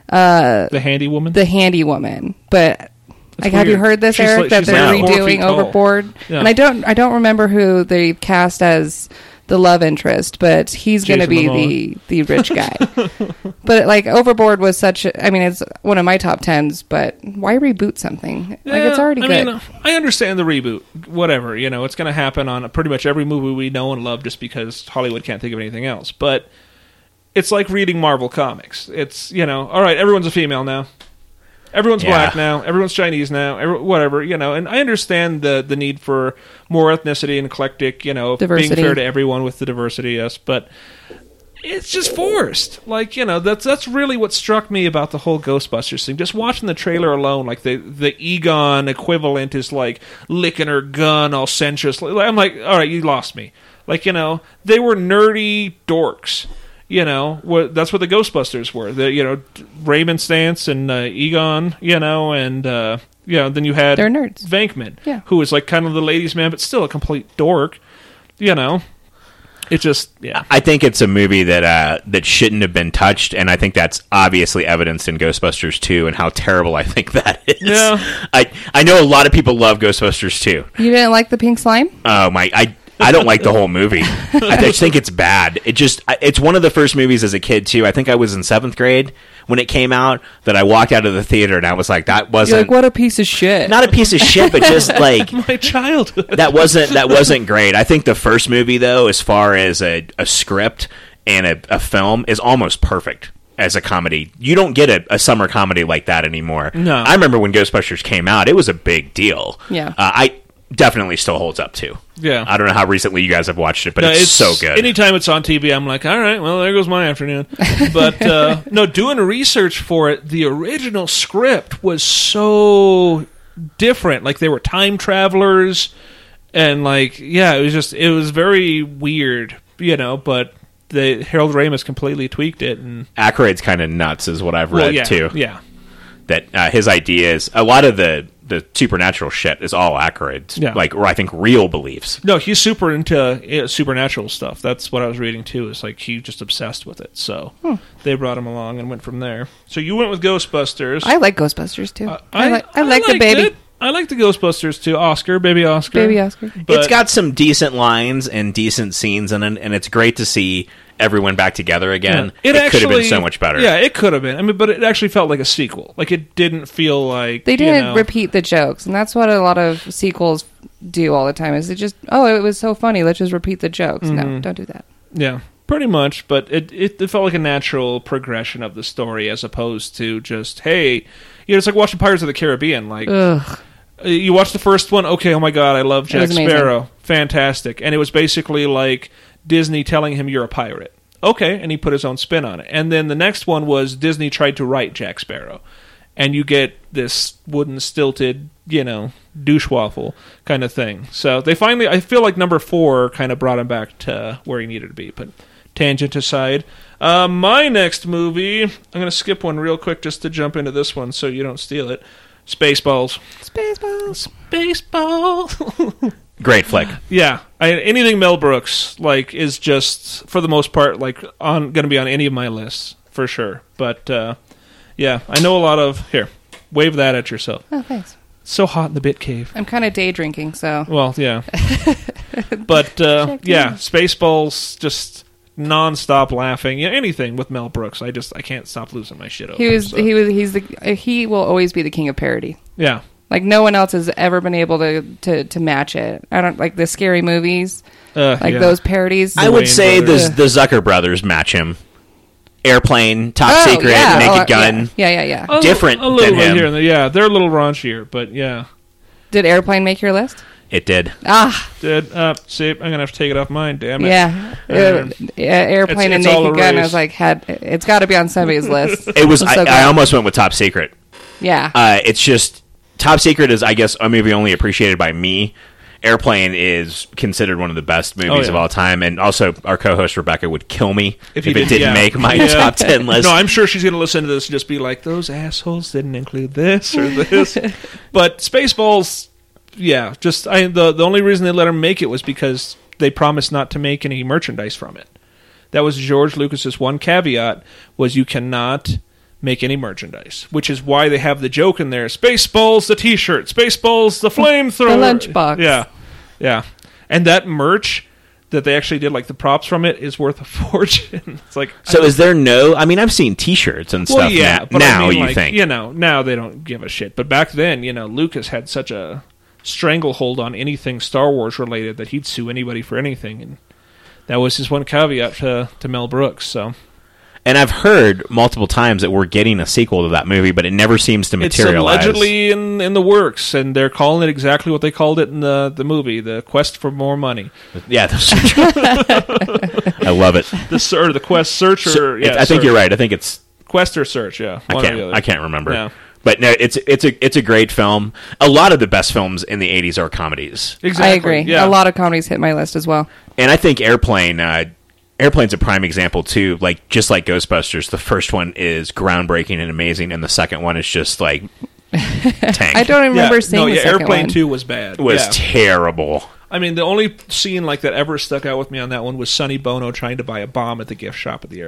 the handy woman, the handy woman. But like, have you weird. heard this, She's Eric? like- that she's they're like four feet redoing tall. Overboard, Yeah. and I don't, I don't remember who they cast as the love interest, but he's going to Jason be Momoa. the the rich (laughs) guy. but like, Overboard was such. A, I mean, it's one of my top tens. But why reboot something? like, it's Yeah, already I good. Mean, uh, I understand the reboot. Whatever, you know, it's going to happen on pretty much every movie we know and love just because Hollywood can't think of anything else. But it's like reading Marvel comics. It's, you know, all right, everyone's a female now. Everyone's Yeah. black now. Everyone's Chinese now. Every, whatever, you know. And I understand the the need for more ethnicity and eclectic, you know, Diversity. being fair to everyone with the diversity, yes, but it's just forced. Like you know, that's that's really what struck me about the whole Ghostbusters thing. Just watching the trailer alone, like the the Egon equivalent is like licking her gun all sensuously. Like, I'm like, all right, you lost me. Like you know, they were nerdy dorks. You know, wha- that's what the Ghostbusters were. The you know Raymond Stance and uh, Egon. You know, and uh, you know, then you had They're nerds. Vankman, Yeah. who was like kind of the ladies' man, but still a complete dork. You know, it just yeah. I think it's a movie that uh, that shouldn't have been touched, and I think that's obviously evidenced in Ghostbusters 2 and how terrible I think (laughs) that is. Yeah. I I know a lot of people love Ghostbusters 2. you didn't like the pink slime? Oh my! I I don't like the whole movie. I just think it's bad. It just I- it's one of the first movies as a kid too. I think I was in seventh grade when it came out that I walked out of the theater and I was like, that You're wasn't like, what a piece of shit. not a piece of shit, but just (laughs) like my childhood. that wasn't that wasn't great. I think the first movie though, as far as a, a script and a, a film, is almost perfect as a comedy. You don't get a, a summer comedy like that anymore. No. I remember when Ghostbusters came out, it was a big deal. Yeah. uh, I definitely still holds up too. Yeah. I don't know how recently you guys have watched it, but (laughs) No, it's, so good. Anytime it's on TV, I'm like, all right, well, there goes my afternoon. But uh, no, doing research for it, the original script was so different. Like they were time travelers, and like yeah, it was just it was very weird, you know. But the Harold Ramis completely tweaked it, and Ackroyd's kind of nuts, is what I've read well, yeah, too. yeah, That uh, his ideas, a lot of the the supernatural shit is all Ackroyd's, Yeah. like or I think real beliefs. no, he's super into uh, supernatural stuff. That's what I was reading too. Is like he's just obsessed with it. So Hmm. they brought him along and went from there. So you went with Ghostbusters. I like Ghostbusters too. I, like I, like the liked baby it. I Uh, like the Ghostbusters too. Oscar, baby Oscar, baby Oscar. But- it's got some decent lines and decent scenes in it, and it's great to see everyone back together again. Yeah. It, could have been so much better. Yeah, it could have been. I mean, but it actually felt like a sequel. Like it didn't feel like They you didn't know- repeat the jokes, and that's what a lot of sequels do all the time. Is it just oh, it was so funny, let's just repeat the jokes? Mm-hmm. No, don't do that. Yeah, pretty much. But it, it it felt like a natural progression of the story as opposed to just hey, you know, it's like watching Pirates of the Caribbean. Like Ugh. Uh, you watch the first one, okay, oh my god, I love Jack was amazing. Sparrow, fantastic, and it was basically like Disney telling him you're a pirate. Okay, and he put his own spin on it. And then the next one was Disney tried to write Jack Sparrow, and you get this wooden stilted, you know, douche waffle kind of thing. So they finally, I feel like number four kind of brought him back to where he needed to be. But tangent aside, uh, my next movie, I'm going to skip one real quick just to jump into this one so you don't steal it. Spaceballs. Spaceballs. Baseball. (laughs) Great flick. yeah, I, anything Mel Brooks like is just for the most part like on going to be on any of my lists for sure. But uh, yeah, I know a lot of here. Wave that at yourself. Oh, thanks. It's so hot in the Bit Cave. I'm kind of day drinking, so Well, (laughs) yeah, but uh, Check yeah, in. Spaceballs just nonstop laughing. Yeah, anything with Mel Brooks, I just I can't stop losing my shit over. he was so. he was he's the uh, he will always be the king of parody. yeah, Like no one else has ever been able to to to match it. I don't like the scary movies, uh, like yeah. those parodies. I would Wayans say the, brothers. the Zucker brothers match him. Airplane, Top Oh, Secret, yeah. Naked Oh, Gun. Yeah, yeah, yeah. yeah. A- different a little than bit him. here and there. Yeah, they're a little raunchier, but yeah. Did Airplane make your list? It did. Ah, Did uh, see? I'm gonna have to take it off mine. Damn it. yeah. Uh, Um, yeah, Airplane it's- it's all and Naked Gun. I erased. was like, had it's got to be on somebody's list. It was. I'm I, so I glad. almost went with Top Secret. Yeah. Uh, it's just Top Secret is, I guess, a movie only appreciated by me. Airplane is considered one of the best movies Oh, yeah. of all time, and also our co-host Rebecca would kill me If if, you it didn't- didn't yeah. make my Yeah. (laughs) top ten list. No, I'm sure she's gonna listen to this and just be like, "Those assholes didn't include this or (laughs) this." but Spaceballs, yeah, just I the the only reason they let her make it was because they promised not to make any merchandise from it. That was George Lucas's one caveat was you cannot make any merchandise, which is why they have the joke in there: Spaceballs the T-shirt, Spaceballs (laughs) the flamethrower, lunchbox. Yeah, yeah, and that merch. That they actually did like the props from it is worth a (laughs) fortune. It's like so is there no? I mean, I've seen T-shirts and stuff. na- but I now mean, you like, think? you know now they don't give a shit, but back then, you know, Lucas had such a stranglehold on anything Star Wars related that he'd sue anybody for anything, and that was his one caveat to, to Mel Brooks. So And I've heard multiple times that we're getting a sequel to that movie, but it never seems to it's materialize. allegedly in in the works, and they're calling it exactly what they called it in the the movie, the quest for more money, yeah, those are true. (laughs) I love it. the ser- or the quest search or So, yeah, it- I think search. you're right. I think it's quest or search, yeah, I one or the can't other. I can't remember. Yeah. But no, it's it's a it's a great film. A lot of the best films in the '80s are comedies, Exactly. I agree. Yeah. A lot of comedies hit my list as well. and I think Airplane uh, Airplane's a prime example too. Like just like Ghostbusters, the first one is groundbreaking and amazing, and the second one is just (laughs) like tank. I don't remember Yeah. seeing no, the yeah, second Airplane one. Two was bad. It was yeah. terrible. I mean, the only scene like that ever stuck out with me on that one was Sonny Bono trying to buy a bomb at the gift shop at the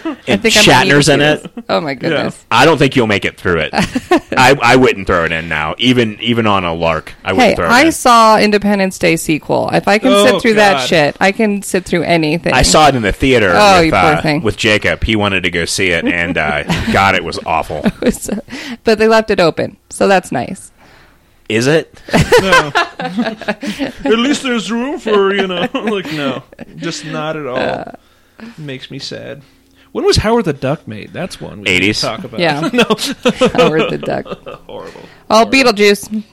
(laughs) airport. And think I'm gonna need Shatner's to in do it. this. Oh my goodness. I don't think you'll make it (laughs) through it. I, I wouldn't throw it in now, even even on a lark. I wouldn't Hey, throw it I in. saw Independence Day sequel. If I can Oh, sit through God. that shit, I can sit through anything. I saw it in the theater Oh, with, you poor uh, thing. with Jacob. He wanted to go see it, and (laughs) uh, God, it was awful. (laughs) So- but they left it open, so that's nice. Is it? (laughs) no. at least there's room for, you know, (laughs) like, no. Just not at all. Uh. Makes me sad. When was Howard the Duck made? That's one we 80s. need to talk about. Yeah. (laughs) no. Howard the Duck. Horrible. Oh, Beetlejuice.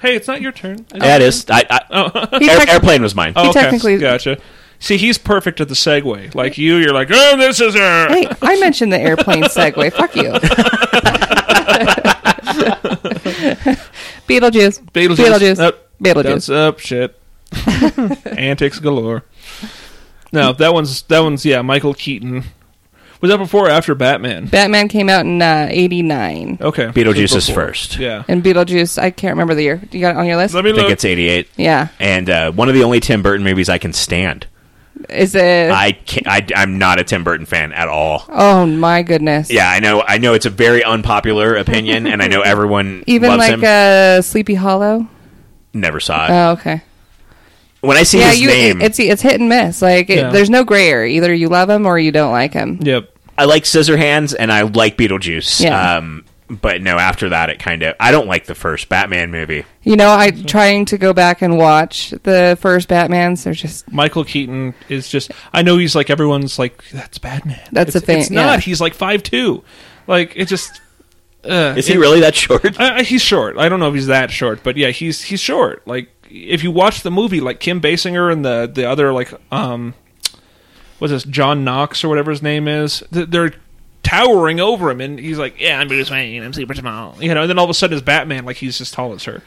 Hey, it's not your turn. Yeah, it is. I, I, He, Air- tec- airplane was mine. Oh, okay. Uh, technically- Gotcha. See, he's perfect at the segue. Like you, you're like, oh, this is her. Hey, I mentioned the airplane segue. (laughs) Fuck you. Beetlejuice. Beetlejuice. Beetlejuice. Nope. Beetlejuice. Dunce up (laughs) shit. Antics galore. No, that one's that one's yeah, Michael Keaton. Was that before or after Batman? Batman came out in uh, '89, Okay. Beetlejuice So is before. first. Yeah. and Beetlejuice. I can't remember the year. You got it on your list? Let me I think look. it's 88. yeah. And uh, one of the only Tim Burton movies I can stand. Is it? I, can't, I I'm not a Tim Burton fan at all. oh my goodness. Yeah, I know. I know it's a very unpopular opinion, and I know everyone Even loves like him. uh, Sleepy Hollow. Never saw it. Oh, okay. when I see yeah, his you. name, It's it's hit and miss. Like it, Yeah. there's no gray area. Either you love him or you don't like him. Yep. I like Scissorhands and I like Beetlejuice. Yeah. Um, but no, after that, it kind of. I don't like the first Batman movie. You know, I trying to go back and watch the first Batman's. They're just Michael Keaton is just I know he's like everyone's like that's Batman. That's the It's- thing, It's not. yeah. He's like five two. Like it just uh, Is he really that short? I, I- he's short. I don't know if he's that short, but yeah, he's he's short. Like if you watch the movie, like Kim Basinger and the the other like um, what's this John Knox or whatever his name is, th- they're towering over him, and he's like, yeah, I'm Bruce Wayne, I'm super small, you know. And then all of a sudden, it's Batman, like he's as tall as her.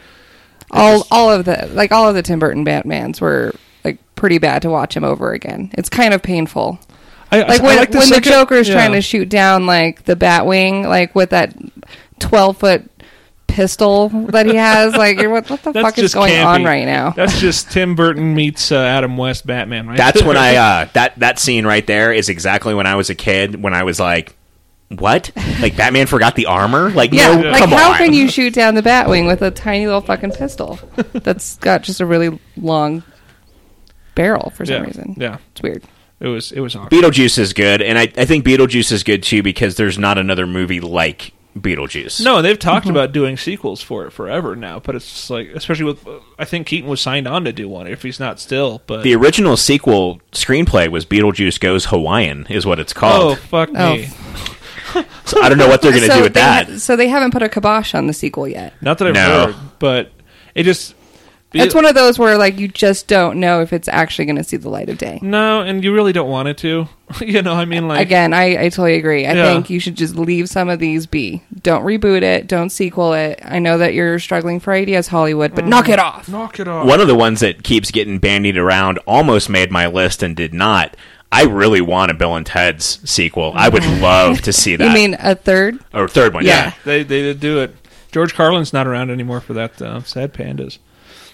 all all of the like all of the Tim Burton Batmans were like pretty bad to watch him over again. It's kind of painful. I, Like when, like when the second- Joker is yeah. trying to shoot down like the Batwing, like with that twelve foot pistol that he (laughs) has. like you're, what, what the That's fuck is just going campy. on right now? That's just Tim Burton meets uh, Adam West Batman. Right? (laughs) That's (laughs) when I uh, that that scene right there is exactly when I was a kid when I was like, what? Like Batman forgot the armor? Like yeah, no, like come how on. can you shoot down the Batwing with a tiny little fucking pistol that's got just a really long barrel for some Yeah, reason? yeah. it's weird. it was it was awkward. Beetlejuice is good, and I, I think Beetlejuice is good too because there's not another movie like Beetlejuice. No, they've talked Mm-hmm. about doing sequels for it forever now, but it's just like, especially with, I think Keaton was signed on to do one if he's not still. But The original sequel screenplay was Beetlejuice Goes Hawaiian, is what it's oh called. fuck Oh. me! (laughs) So I don't know what they're going to do with they that. ha- so they haven't put a kibosh on the sequel yet. (laughs) Not that I've No. heard, but it just It's one of those where like you just don't know if it's actually going to see the light of day. no, and you really don't want it to. (laughs) you know, I mean, like Again, I, I totally agree. I Yeah. think you should just leave some of these be. Don't reboot it. Don't sequel it. I know that you're struggling for ideas, Hollywood, but knock it off. knock it off. One of the ones that keeps getting bandied around almost made my list and did not. I really want a Bill and Ted's sequel. I would love to see that. (laughs) You mean a third? or third one? Yeah, Yeah. they they did do it. George Carlin's not around anymore for that. Uh, sad pandas.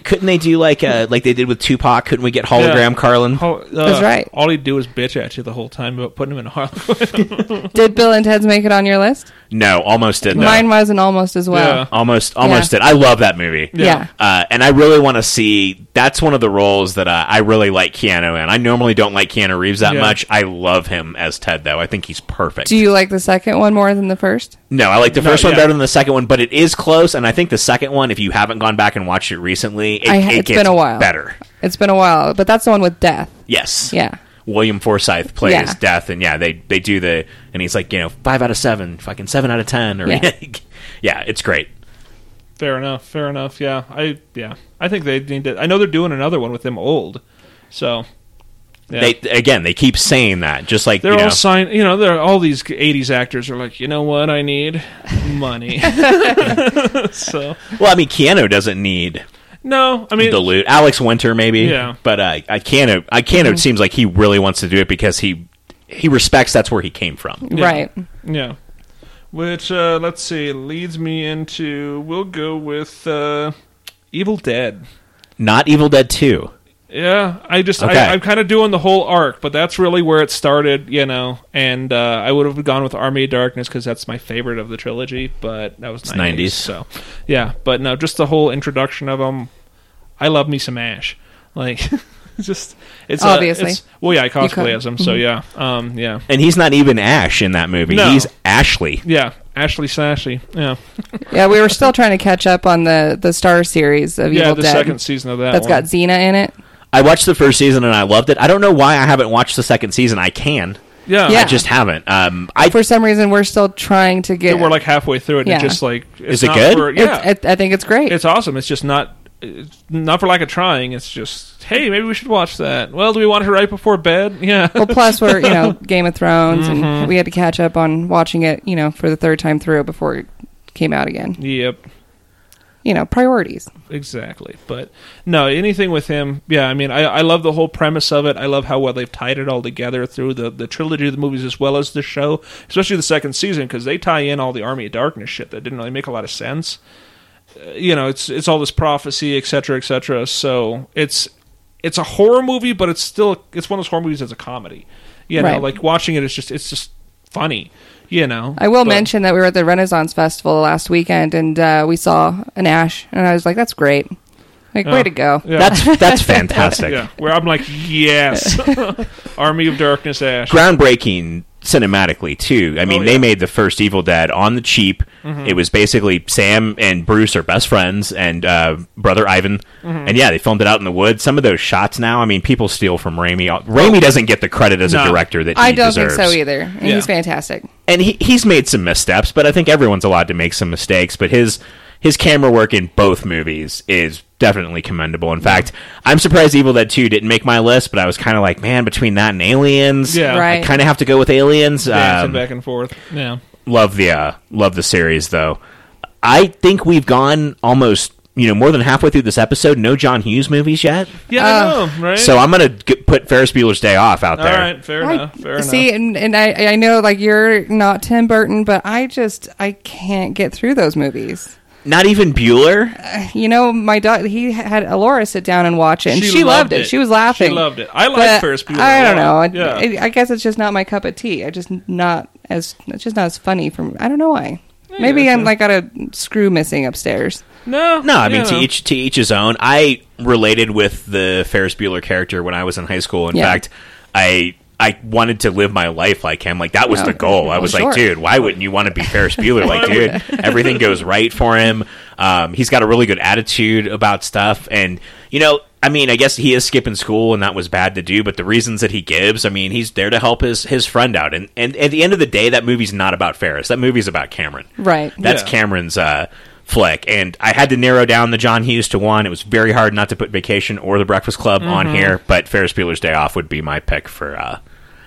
Couldn't they do like uh, like they did with Tupac? Couldn't we get hologram Yeah. Carlin? Ho- uh, That's right. All he'd do is bitch at you the whole time about putting him in a Harlequin. Did Bill and Ted's make it on your list? No, almost did. No. Mine wasn't almost as well. almost almost Yeah. did. I love that movie. Yeah. Yeah. Uh, and I really want to see. That's one of the roles that uh, I really like Keanu in. I normally don't like Keanu Reeves that Yeah. much. I love him as Ted, though. I think he's perfect. Do you like the second one more than the first? No, I like the first one yeah. better than the second one, but it is close. And I think the second one, if you haven't gone back and watched it recently, it, I ha- it it's gets been a while. better. It's been a while, but that's the one with death. Yes. Yeah. William Forsythe plays Yeah. Death, and yeah, they they do the, and he's like, you know, five out of seven, fucking seven out of ten, or (laughs) yeah, Yeah. it's great. Fair enough. Fair enough. Yeah, I yeah, I think they need to. I know they're doing another one with them old, so yeah. They again, they keep saying that, just like they're you all know, signed. You know, they're all these '80s actors are like, you know what? I need money. (laughs) so well, I mean, Keanu doesn't need no, I mean, the loot. Alex Winter, maybe, Yeah. but uh, I Keanu, I Keanu Mm-hmm. it seems like he really wants to do it because he he respects that's where he came from. Yeah. Right. yeah. Which uh, let's see leads me into. We'll go with uh, Evil Dead. Not Evil Dead Two. Yeah, I just Okay. I, I'm kind of doing the whole arc, but that's really where it started, you know. And uh, I would have gone with Army of Darkness because that's my favorite of the trilogy, but that was 90s, 90s. So yeah, but no, just the whole introduction of them. I love me some Ash, like (laughs) it's just it's uh, Obviously. Mm-hmm. it's- well, yeah, I cosplay co- as him, so yeah, um, yeah, And he's not even Ash in that movie. No. He's Ashley. yeah. Ashley Sashy, yeah, Yeah, we were still trying to catch up on the the Star series of yeah. Evil The Dead. second season of that That's one. got Xena in it. I watched the first season and I loved it. I don't know why I haven't watched the second season. I can. yeah, Yeah. I just haven't. Um, I (laughs) For some reason, we're still trying to get. We're like halfway through it. and Yeah. it just like it's Is it not good? for- yeah, It's- it- I think it's great. (laughs) it's awesome. It's just not it's not for lack of trying. It's just hey, maybe we should watch that. Well, do we want it right before bed? (laughs) Yeah, well, plus we're (laughs) you know Game of Thrones, Mm-hmm. and we had to catch up on watching it you know for the third time through before it came out again. yep. You you know, priorities. exactly. But no, anything with him, yeah. I mean, I, I love the whole premise of it. I love how well they've tied it all together through the the trilogy of the movies as well as the show, especially the second season because they tie in all the Army of Darkness shit that didn't really make a lot of sense. Uh, You know, it's it's all this prophecy, et cetera, et cetera. So it's it's a horror movie, but it's still it's one of those horror movies that's a comedy. You know, Right. like watching it, it's just it's just funny. You know, I will But- mention that we were at the Renaissance Festival last weekend and uh, we saw an ash, and I was like, that's great. Like, way Yeah. to go. Oh. (laughs) Yeah. That's that's fantastic. yeah, where I'm like, (laughs) yes, (laughs) Army of Darkness Ash. groundbreaking cinematically too. I Oh, yeah. mean, Mm-hmm. they made the first Evil Dead on the cheap. It was basically Sam and Bruce are best friends, and uh, brother Ivan, Mm-hmm. and yeah, they filmed it out in the woods. Some of those shots now, I mean, people steal from Raimi. Raimi doesn't get the credit as No. a director that he I don't deserves. think so either. And Yeah. he's fantastic. And he, he's made some missteps, but I think everyone's allowed to make some mistakes. But his his camera work in both movies is definitely commendable. In fact, I'm surprised Evil Dead 2 didn't make my list, but I was kind of like, man, between that and Aliens, Yeah. Right. I kind of have to go with Aliens. Dancing Um, back and forth. Yeah. love the uh, love the series though. I think we've gone almost you know more than halfway through this episode. No John Hughes movies yet, Yeah, I know, right? Uh, so I'm gonna g- put Ferris Bueller's Day Off out All there. right, fair I- enough. Fair see, enough. and, and I, I know like you're not Tim Burton, but I just I can't get through those movies. Not even Bueller. You know, my daughter he had Alora sit down and watch it, and she, loved it. She was laughing. She loved it. I But like Ferris Bueller. I don't a know. I, lot. Yeah. I, I guess it's just not my cup of tea. I just not as it's just not as funny for me. I don't know why. Maybe gotcha. I'm like got a screw missing upstairs. no, No, I mean you to know. each to each his own. I related with the Ferris Bueller character when I was in high school. In Yeah. fact, I. I wanted to live my life like him. Like that was Oh, the goal. I well, was sure. like, dude, why wouldn't you want to be Ferris Bueller? (laughs) Like, dude, everything goes right for him. Um, he's got a really good attitude about stuff, and you know, I mean, I guess he is skipping school, and that was bad to do. But the reasons that he gives, I mean, he's there to help his his friend out. And and at the end of the day, that movie's not about Ferris. That movie's about Cameron. Right. That's Yeah. Cameron's uh, flick, and I had to narrow down the John Hughes to one. It was very hard not to put Vacation or The Breakfast Club on here, but Ferris Bueller's Day Off would be my pick for. Uh,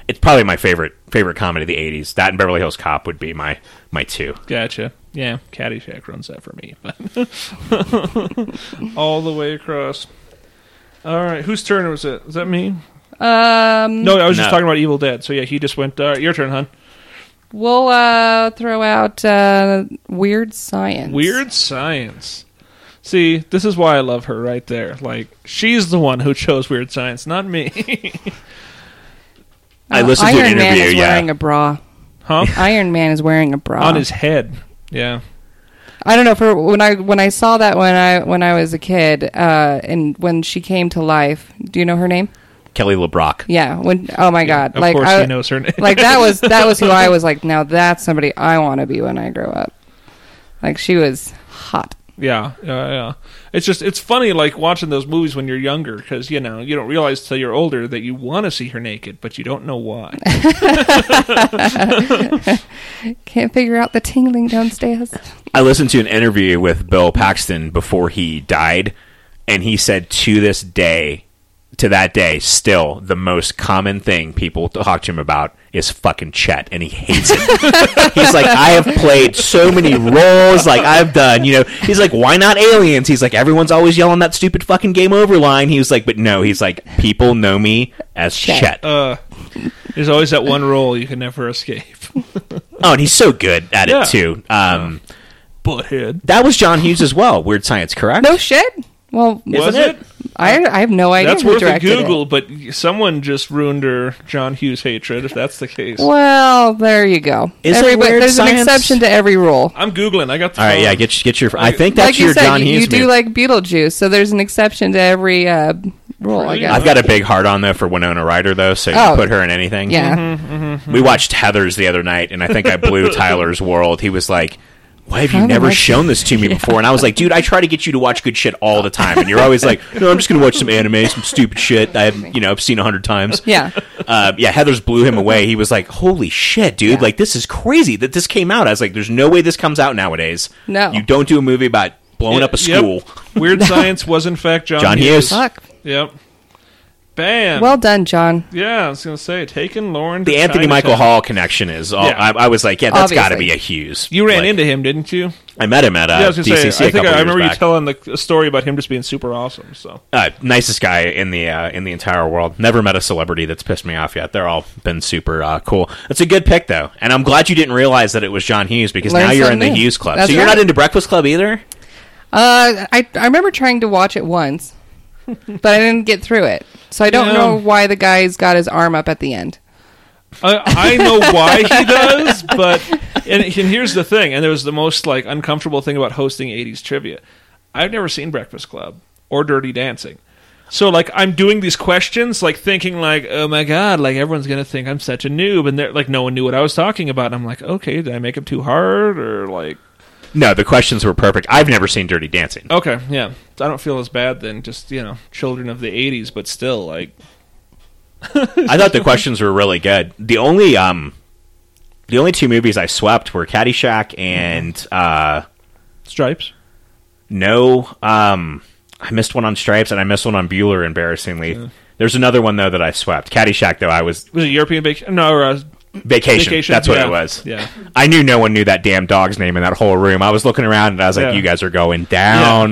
it's probably my favorite favorite comedy of the '80s. That and Beverly Hills Cop would be my my two. Gotcha. Yeah, Caddyshack runs that for me. But (laughs) all the way across. All right, whose turn was it? Is that me? Um, No, I was just No. talking about Evil Dead. So yeah, he just went. Uh, your turn, hun. we'll uh, throw out uh, weird science. Weird science. See, this is why I love her right there. Like, she's the one who chose weird science, not me. (laughs) I listened to Uh, Iron an Man interview. is Yeah, wearing a bra. huh? Iron Man is wearing a bra On his head. Yeah. I don't know. For when I when I saw that when I when I was a kid, uh, and when she came to life, do you know her name? Kelly LeBrock. Yeah. When oh my god, Of like course I, he knows her name. like that was that was who (laughs) I was like. Now that's somebody I want to be when I grow up. Like she was hot. Yeah, yeah, yeah. It's just it's funny like watching those movies when you're younger because you know you don't realize till you're older that you want to see her naked, but you don't know (laughs) why. Can't figure out the tingling downstairs. I listened to an interview with Bill Paxton before he died, and he said to this day, to that day, still the most common thing people talk to him about is fucking Chet, and he hates (laughs) it. he's like, I have played so many roles, like I've done, you know. He's like, why not aliens? He's like, everyone's always yelling that stupid fucking game over line. He was like, but no, he's like, people know me as Chet. Uh, there's always that one role you can never escape. (laughs) Oh, and he's so good at Yeah. it too. Um, Butthead. that was John Hughes as well. Weird Science, correct? No shit. Well, Was it? I I have no idea. Uh, That's who worth a directed it. Google, but someone just ruined her John Hughes hatred. If that's the case, Well, there you go. Is it Everybody- weird there's an science? exception to every rule. I'm googling. I got the All right, phone. yeah, get get your. I think that's Um, like your you said, John you, Hughes. you do movie. like Beetlejuice, so there's an exception to every uh, rule, I Really? guess. I've got a big heart on though for Winona Ryder though, so you Oh. put her in anything. Mm-hmm. yeah, we watched Heather's the other night, and I think I (laughs) blew Tyler's world. He was like. Why have you don't never like shown this (laughs) to me before? And I was like, dude, I try to get you to watch good shit all the time, and you're always like, no, I'm just going to watch some anime, some stupid shit I have, you know, I've seen a hundred times. yeah. uh, yeah, Heather's blew him away. He was like, "Holy shit, dude! Like this is crazy that this came out." I was like, "There's no way this comes out nowadays." No. you don't do a movie about blowing Yeah, up a (laughs) yep. (laughs) school. Weird Science was in fact John, John Hughes. Fuck. Yep. Bam. Well done, John. yeah, I was gonna say taken Lauren. to The Anthony Chinatown. Michael Hall connection is. All, Yeah. I, I was like, yeah, that's got to be Obviously. a Hughes. You ran Like, into him, didn't you? I met him at uh, yeah, I was gonna DCC say. I a think couple I, I years remember back. you telling the a story about him just being super awesome. So uh, nicest guy in the uh, in the entire world. Never met a celebrity that's pissed me off yet. They're all been super uh, cool. It's a good pick though, and I'm glad you didn't realize that it was John Hughes because Learn now you're in the something new. Hughes Club. That's so you're right. not into Breakfast Club either. Uh, I I remember trying to watch it once, but I didn't get through it. So I don't Yeah. know why the guy's got his arm up at the end. I, I know why (laughs) he does, but and, and here's the thing, and there was the most like uncomfortable thing about hosting '80s trivia. I've never seen Breakfast Club or Dirty Dancing, so like I'm doing these questions, like thinking like, oh my god, like everyone's gonna think I'm such a noob, and they're like, no one knew what I was talking about. And I'm like, okay, did I make it too hard or like, No, the questions were perfect. I've never seen Dirty Dancing. okay, yeah, I don't feel as bad then. Just you know, children of the '80s, but still like, I thought the questions were really good. The only um, the only two movies I swept were Caddyshack and uh, stripes. no. Um, I missed one on Stripes and I missed one on Bueller. Embarrassingly, there's another one though that I swept. Caddyshack though I was Was it European vacation? No, or, uh, Vacation. Vacation, That's what yeah. it was. Yeah. I knew no one knew that damn dog's name in that whole room. I was looking around and I was like, Yeah. "You guys are going down."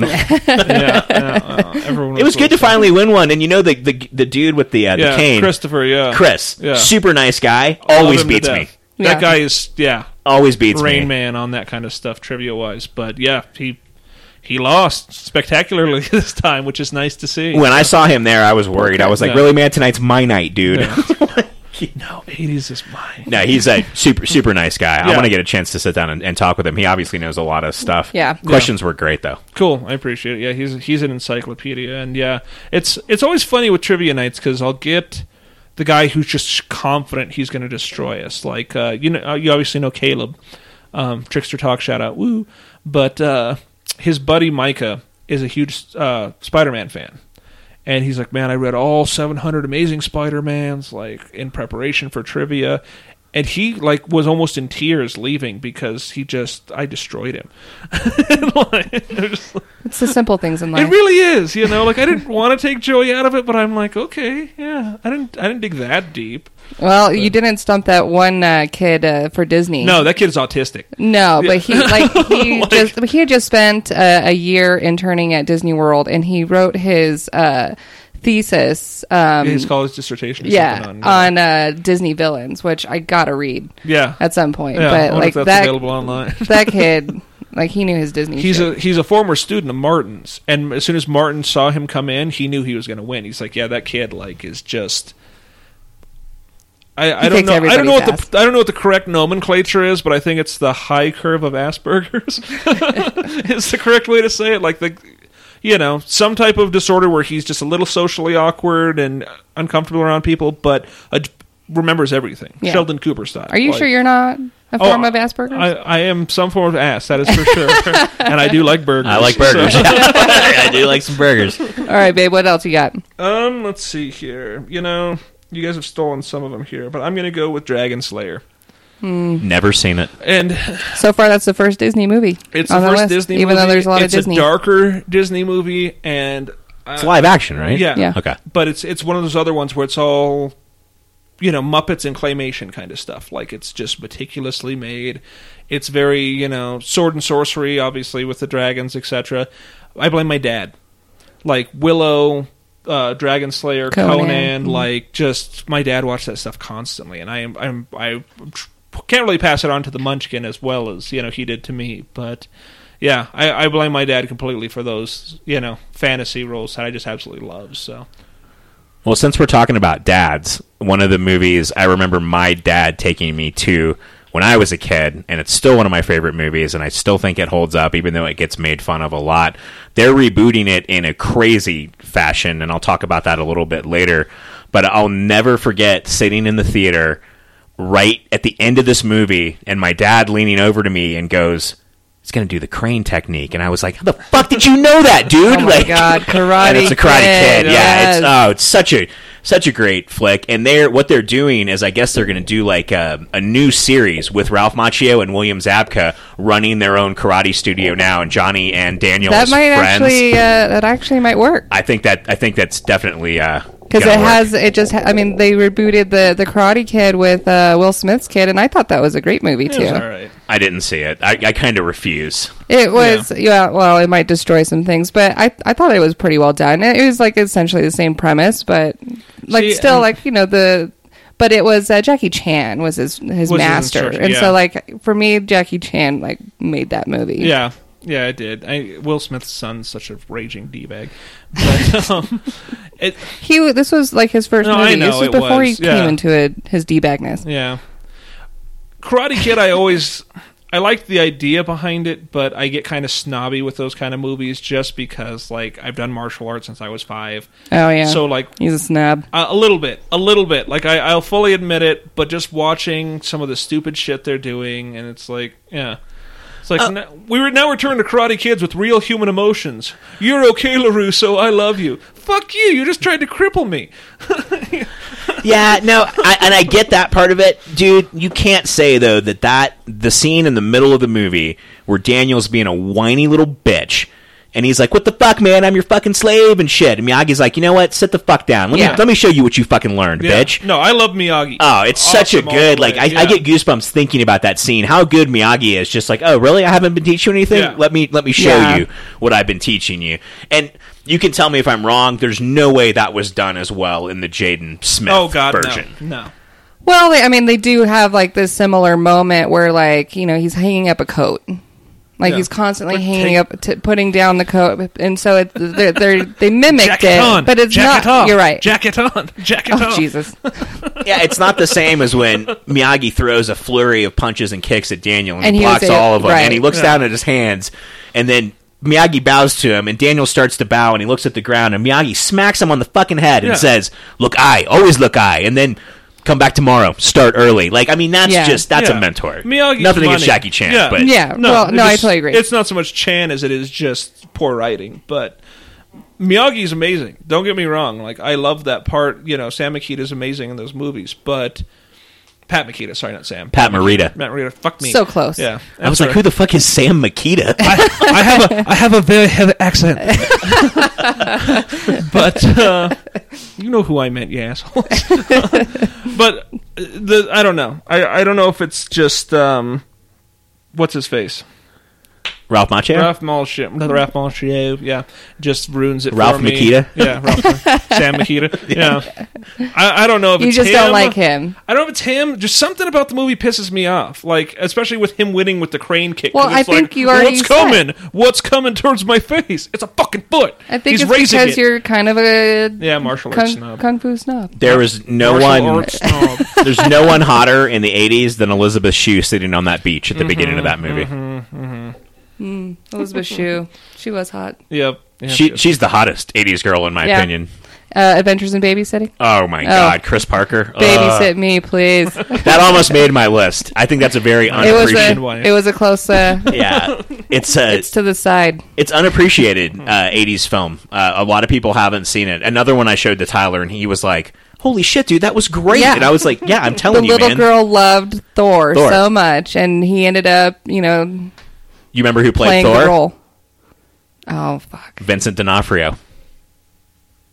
(laughs) yeah, (laughs) yeah, uh, everyone. it was good to finally win one. And you know the the, the dude with the uh, yeah, the cane, Christopher. Yeah, Chris, Yeah. super nice guy, Love always him to beats death. me. Yeah. That guy is yeah, Always beats Rain me. Man on that kind of stuff trivia wise. But yeah, he he lost spectacularly (laughs) this time, which is nice to see. When I saw him there, I was worried. I was like, Yeah. "Really, man? Tonight's my night, dude." no, eighties is mine. no, he's a super super nice guy. I Yeah. want to get a chance to sit down and, and talk with him. He obviously knows a lot of stuff. Yeah. Yeah. questions were great though. Cool, I appreciate it. Yeah, he's he's an encyclopedia, and yeah, it's it's always funny with trivia nights because I'll get the guy who's just confident he's going to destroy us. Like uh, you know, you obviously know Caleb, um, Trickster Talk shout out, woo! But uh, his buddy Micah is a huge uh, Spider-Man fan, and he's like, "Man, I read all 700 Amazing Spider-Mans like in preparation for trivia." And he like was almost in tears leaving because he just I destroyed him. (laughs) Like, it was just like- It's the simple things in it life. really is, you know. Like I didn't want to take Joey out of it, but I'm like, okay, yeah, I didn't I didn't dig that deep. well, you didn't stump that one uh, kid uh, for Disney. No, that kid's autistic. No, but he like he just he had just spent uh, a year interning at Disney World, and he wrote his uh, thesis. Um, His college dissertation. Is yeah, something on, on, uh, Disney villains, which I gotta read yeah, at some point. yeah. I but wonder like if that's that available online. (laughs) that kid, like he knew his Disney. He's shit. a he's a former student of Martin's, and as soon as Martin saw him come in, he knew he was going to win. He's like, yeah, that kid like is just. I, I He don't thinks know. I don't know what everybody's the I don't know what the correct nomenclature is, but I think it's the high curve of Asperger's. (laughs) is the correct way to say it. Like the, you know, some type of disorder where he's just a little socially awkward and uncomfortable around people, but uh, remembers everything. Yeah. Sheldon Cooper style. Are you Like- sure you're not a Oh, form of Asperger's? I, I am some form of ass, that is for (laughs) sure. and I do like burgers. I like so- burgers. (laughs) I do like some burgers. All right, babe. What else you got? (laughs) um, let's see here. You know, you guys have stolen some of them here, but I'm going to go with Dragon Slayer. Never seen it. And So far, that's the first Disney movie. it's on the first list, Disney even movie. though there's a lot it's of Disney. a darker Disney movie, and It's live action, right? yeah. Yeah. Okay. But it's it's one of those other ones where it's all you know, Muppets and claymation kind of stuff. Like it's just meticulously made. It's very, you know, sword and sorcery obviously with the dragons, etc. I blame my dad. Like Willow, uh, Dragon Slayer, Conan. Conan, Mm-hmm. like just my dad watched that stuff constantly and I am I'm I can't really pass it on to the munchkin as well as, you know, he did to me, but yeah, I, I blame my dad completely for those, you know, fantasy roles that I just absolutely love. So Well, since we're talking about dads, one of the movies I remember my dad taking me to when I was a kid, and it's still one of my favorite movies, and I still think it holds up, even though it gets made fun of a lot. They're rebooting it in a crazy fashion, and I'll talk about that a little bit later. But I'll never forget sitting in the theater right at the end of this movie, and my dad leaning over to me and goes, "It's going to do the crane technique," and I was like, "How the fuck did you know that, dude?" Oh my like, God, (laughs) Karate and it's a Karate Kid, Kid. Yeah, yes. it's oh, it's such a such a great flick. And they're what they're doing is, I guess they're going to do like uh, a, a new series with Ralph Macchio and William Zabka running their own karate studio now, and Johnny and Daniel that as might friends. actually uh, that actually might work. I think that I think that's definitely uh, because Gotta it work. has it just. Ha- I mean, they rebooted the the Karate Kid with uh, Will Smith's kid, and I thought that was a great movie It too. was all right. I didn't see it. I, I kind of refuse. It was yeah. Well, it might destroy some things, but I I thought it was pretty well done. It was like essentially the same premise, but like See, still and- like you know the. But it was uh, Jackie Chan was his Was his his master, instructor, and yeah. so like for me, Jackie Chan like made that movie. Yeah, yeah, it did. I, Will Smith's son's such a raging d bag. But (laughs) um, it, he w- this was like his first No, I movie. know, this was it before was, he yeah. came into it, his d bagness. yeah, Karate Kid. I always I liked the idea behind it, but I get kind of snobby with those kind of movies just because like I've done martial arts since I was five. Oh yeah, So like he's a snub. Uh, a little bit, a little bit. Like I, I'll fully admit it, but just watching some of the stupid shit they're doing, and it's like, yeah, it's like n we were now returned to Karate Kids with real human emotions. You're okay, Larusso. I love you. Fuck you. You just tried to cripple me. yeah, no, I, and I get that part of it, dude. You can't say though that that the scene in the middle of the movie where Daniel's being a whiny little bitch, and he's like, "What the fuck, man? I'm your fucking slave and shit." And Miyagi's like, "You know what? Sit the fuck down. Let Yeah. me let me show you what you fucking learned, Yeah. bitch." No, I love Miyagi. Oh, it's such a Awesome all good the like I, way. I Yeah. get goosebumps thinking about that scene. How good Miyagi is, just like oh really? I haven't been teaching you anything. Yeah. Let me let me show Yeah. you what I've been teaching you. And you can tell me if I'm wrong. There's no way that was done as well in the Jaden Smith Oh God, version. no, no. Well, they, I mean, they do have like this similar moment where, like, you know, he's hanging up a coat. Like Yeah. he's constantly Like, hanging take- up, t- putting down the coat, and so it, they're, they're, they mimicked Jacket it, on, but it's jacket not. Off. You're right. Jacket on, jacket oh on. Jesus! yeah, it's not the same as when Miyagi throws a flurry of punches and kicks at Daniel and, And he he was blocks a- all of them. right. And he looks Yeah. down at his hands, and then Miyagi bows to him, and Daniel starts to bow, and he looks at the ground, and Miyagi smacks him on the fucking head and Yeah. says, "Look, I always look I," and then. Come back tomorrow. Start early. Like I mean, that's Yeah. just that's Yeah. a mentor. Miyagi's Nothing money. against Jackie Chan, Yeah. but Yeah. well, it no, I just- totally agree. It's not so much Chan as it is just poor writing, but Miyagi's amazing. Don't get me wrong. Like I love that part. You know, Sam Makita's amazing in those movies, but Pat Makita, sorry, not Sam. Pat Morita. Matt Reader, fuck me. So close. Yeah, I was like, who the fuck is Sam Makita? (laughs) I have a I have a very heavy accent, (laughs) but uh, you know who I meant, you assholes. (laughs) but uh, the I don't know. I I don't know if it's just um, what's his face. Ralph Macchio. Ralph Malship, another Ralph Malship, yeah, just ruins it. Ralph for me. Makita? yeah, (laughs) Ralph, Sam (laughs) Makita, yeah. I, I don't know if You it's just don't him. like him. I don't know if it's him. Just something about the movie pisses me off. Like especially with him winning with the crane kick. 'cause Well, I it's like, think you already What's said- coming? What's coming towards my face? It's a fucking foot. I think He's it's raising because it. you're kind of a Yeah, martial arts kung, snob. kung fu snob. There was no Martial one. arts (laughs) snob. There's no one hotter in the '80s than Elizabeth Shue sitting on that beach at Mm-hmm, the beginning of that movie. (laughs) Elizabeth Shue, she was hot. yep. Yeah, She she's the hottest '80s girl in my Yeah. opinion. Uh, Adventures in Babysitting. Oh my god, Chris (laughs) Uh. Parker. Ugh. Babysit (laughs) me, please. it that almost made my list. I think that's a very was unappreciated. (laughs) one. a it was a close (laughs) uh, yeah, it's a it's to the side. it's unappreciated uh, '80s film. Uh, a lot of people haven't seen it. Another one I showed to Tyler, and he was like, "Holy shit, dude, that was great!" Yeah. And I was like, "Yeah, I'm (laughs) The telling you, little man. girl loved Thor, Thor. so much, and he ended up, you know, You remember who played playing the Thor? role. Oh fuck! Vincent D'Onofrio."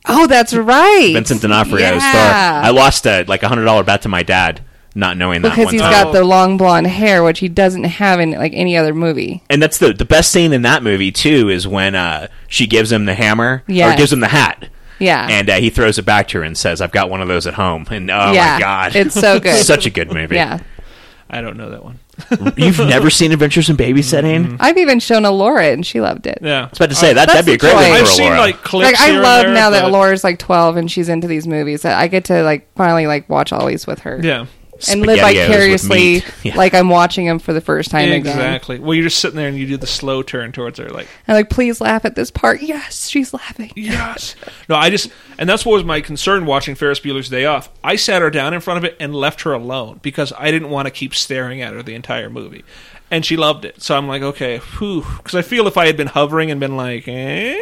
Oh, that's right. Vincent D'Onofrio is Thor. Yeah. I lost a like a hundred dollar bet to my dad, not knowing that because one he's time. got the long blonde hair, which he doesn't have in like any other movie. and that's the the best scene in that movie too is when uh, she gives him the hammer or Yes. gives him the hat, Yeah, and uh, he throws it back to her and says, "I've got one of those at home." And oh yeah, my god, (laughs) it's so good. such a good movie. yeah, I don't know that one. (laughs) You've never seen Adventures in Babysitting? Mm-hmm. I was I've even shown Alora, and she loved it. Yeah. about to say that Uh, that'd That's be a the great joy. one I've for seen Laura. like clips. Like I here love and there, now that but- Alora's like twelve and she's into these movies. that I get to like finally like watch all these with her. Yeah. and live Spaghettios with vicariously meat. (laughs) Yeah. like I'm watching them for the first time again. Exactly. Well, you're just sitting there and you do the slow turn towards her, like, And like, please laugh at this part. Yes, she's laughing. yes. No, I just, and that's what was my concern watching Ferris Bueller's Day Off. I sat her down in front of it and left her alone because I didn't want to keep staring at her the entire movie. And she loved it. So I'm like, okay, whew. Because I feel if I had been hovering and been like, eh,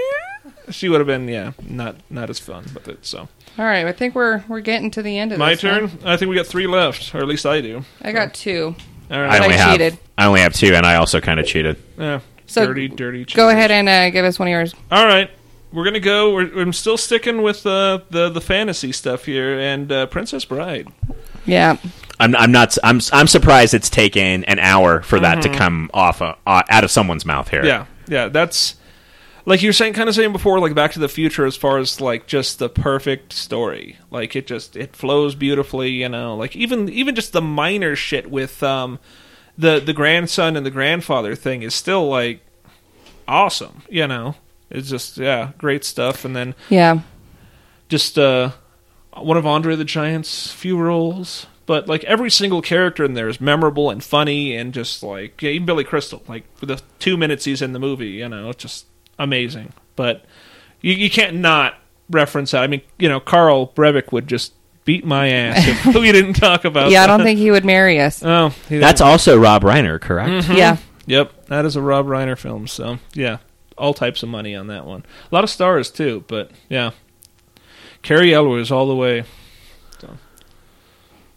she would have been, yeah, not not as fun with it. So All right, I think we're we're getting to the end of my this, huh? turn. I think we got three left, or at least I do. I got two. All I right. only have cheated. I only have two, and I also kind of cheated. Yeah. So, dirty, dirty. Go cheaters. ahead and uh, give us one of yours. All right. we're gonna go. We're, I'm still sticking with uh, the the fantasy stuff here, and uh, Princess Bride. Yeah. I'm, I'm not. I'm. I'm surprised it's taken an hour for that Mm-hmm. to come off uh, uh, out of someone's mouth here. Yeah, yeah, that's like you were saying, kind of saying before, like Back to the Future, as far as like just the perfect story. Like it just it flows beautifully, you know. Like even even just the minor shit with um the the grandson and the grandfather thing is still like awesome, you know. It's just yeah, great stuff. And then Yeah. just uh, one of Andre the Giant's few roles. But like every single character in there is memorable and funny and just like yeah, even Billy Crystal, like for the two minutes he's in the movie, you know, it's just amazing. But you, you can't not reference that. I mean, you know, Carl Brevic would just beat my ass if (laughs) we didn't talk about. Yeah, I don't that. think he would (laughs) marry us. Oh, he- That's also Rob Reiner, correct? Mm-hmm. Yeah. Yep, that is a Rob Reiner film. So yeah, all types of money on that one. A lot of stars too, but yeah, Carrie Elwes all the way.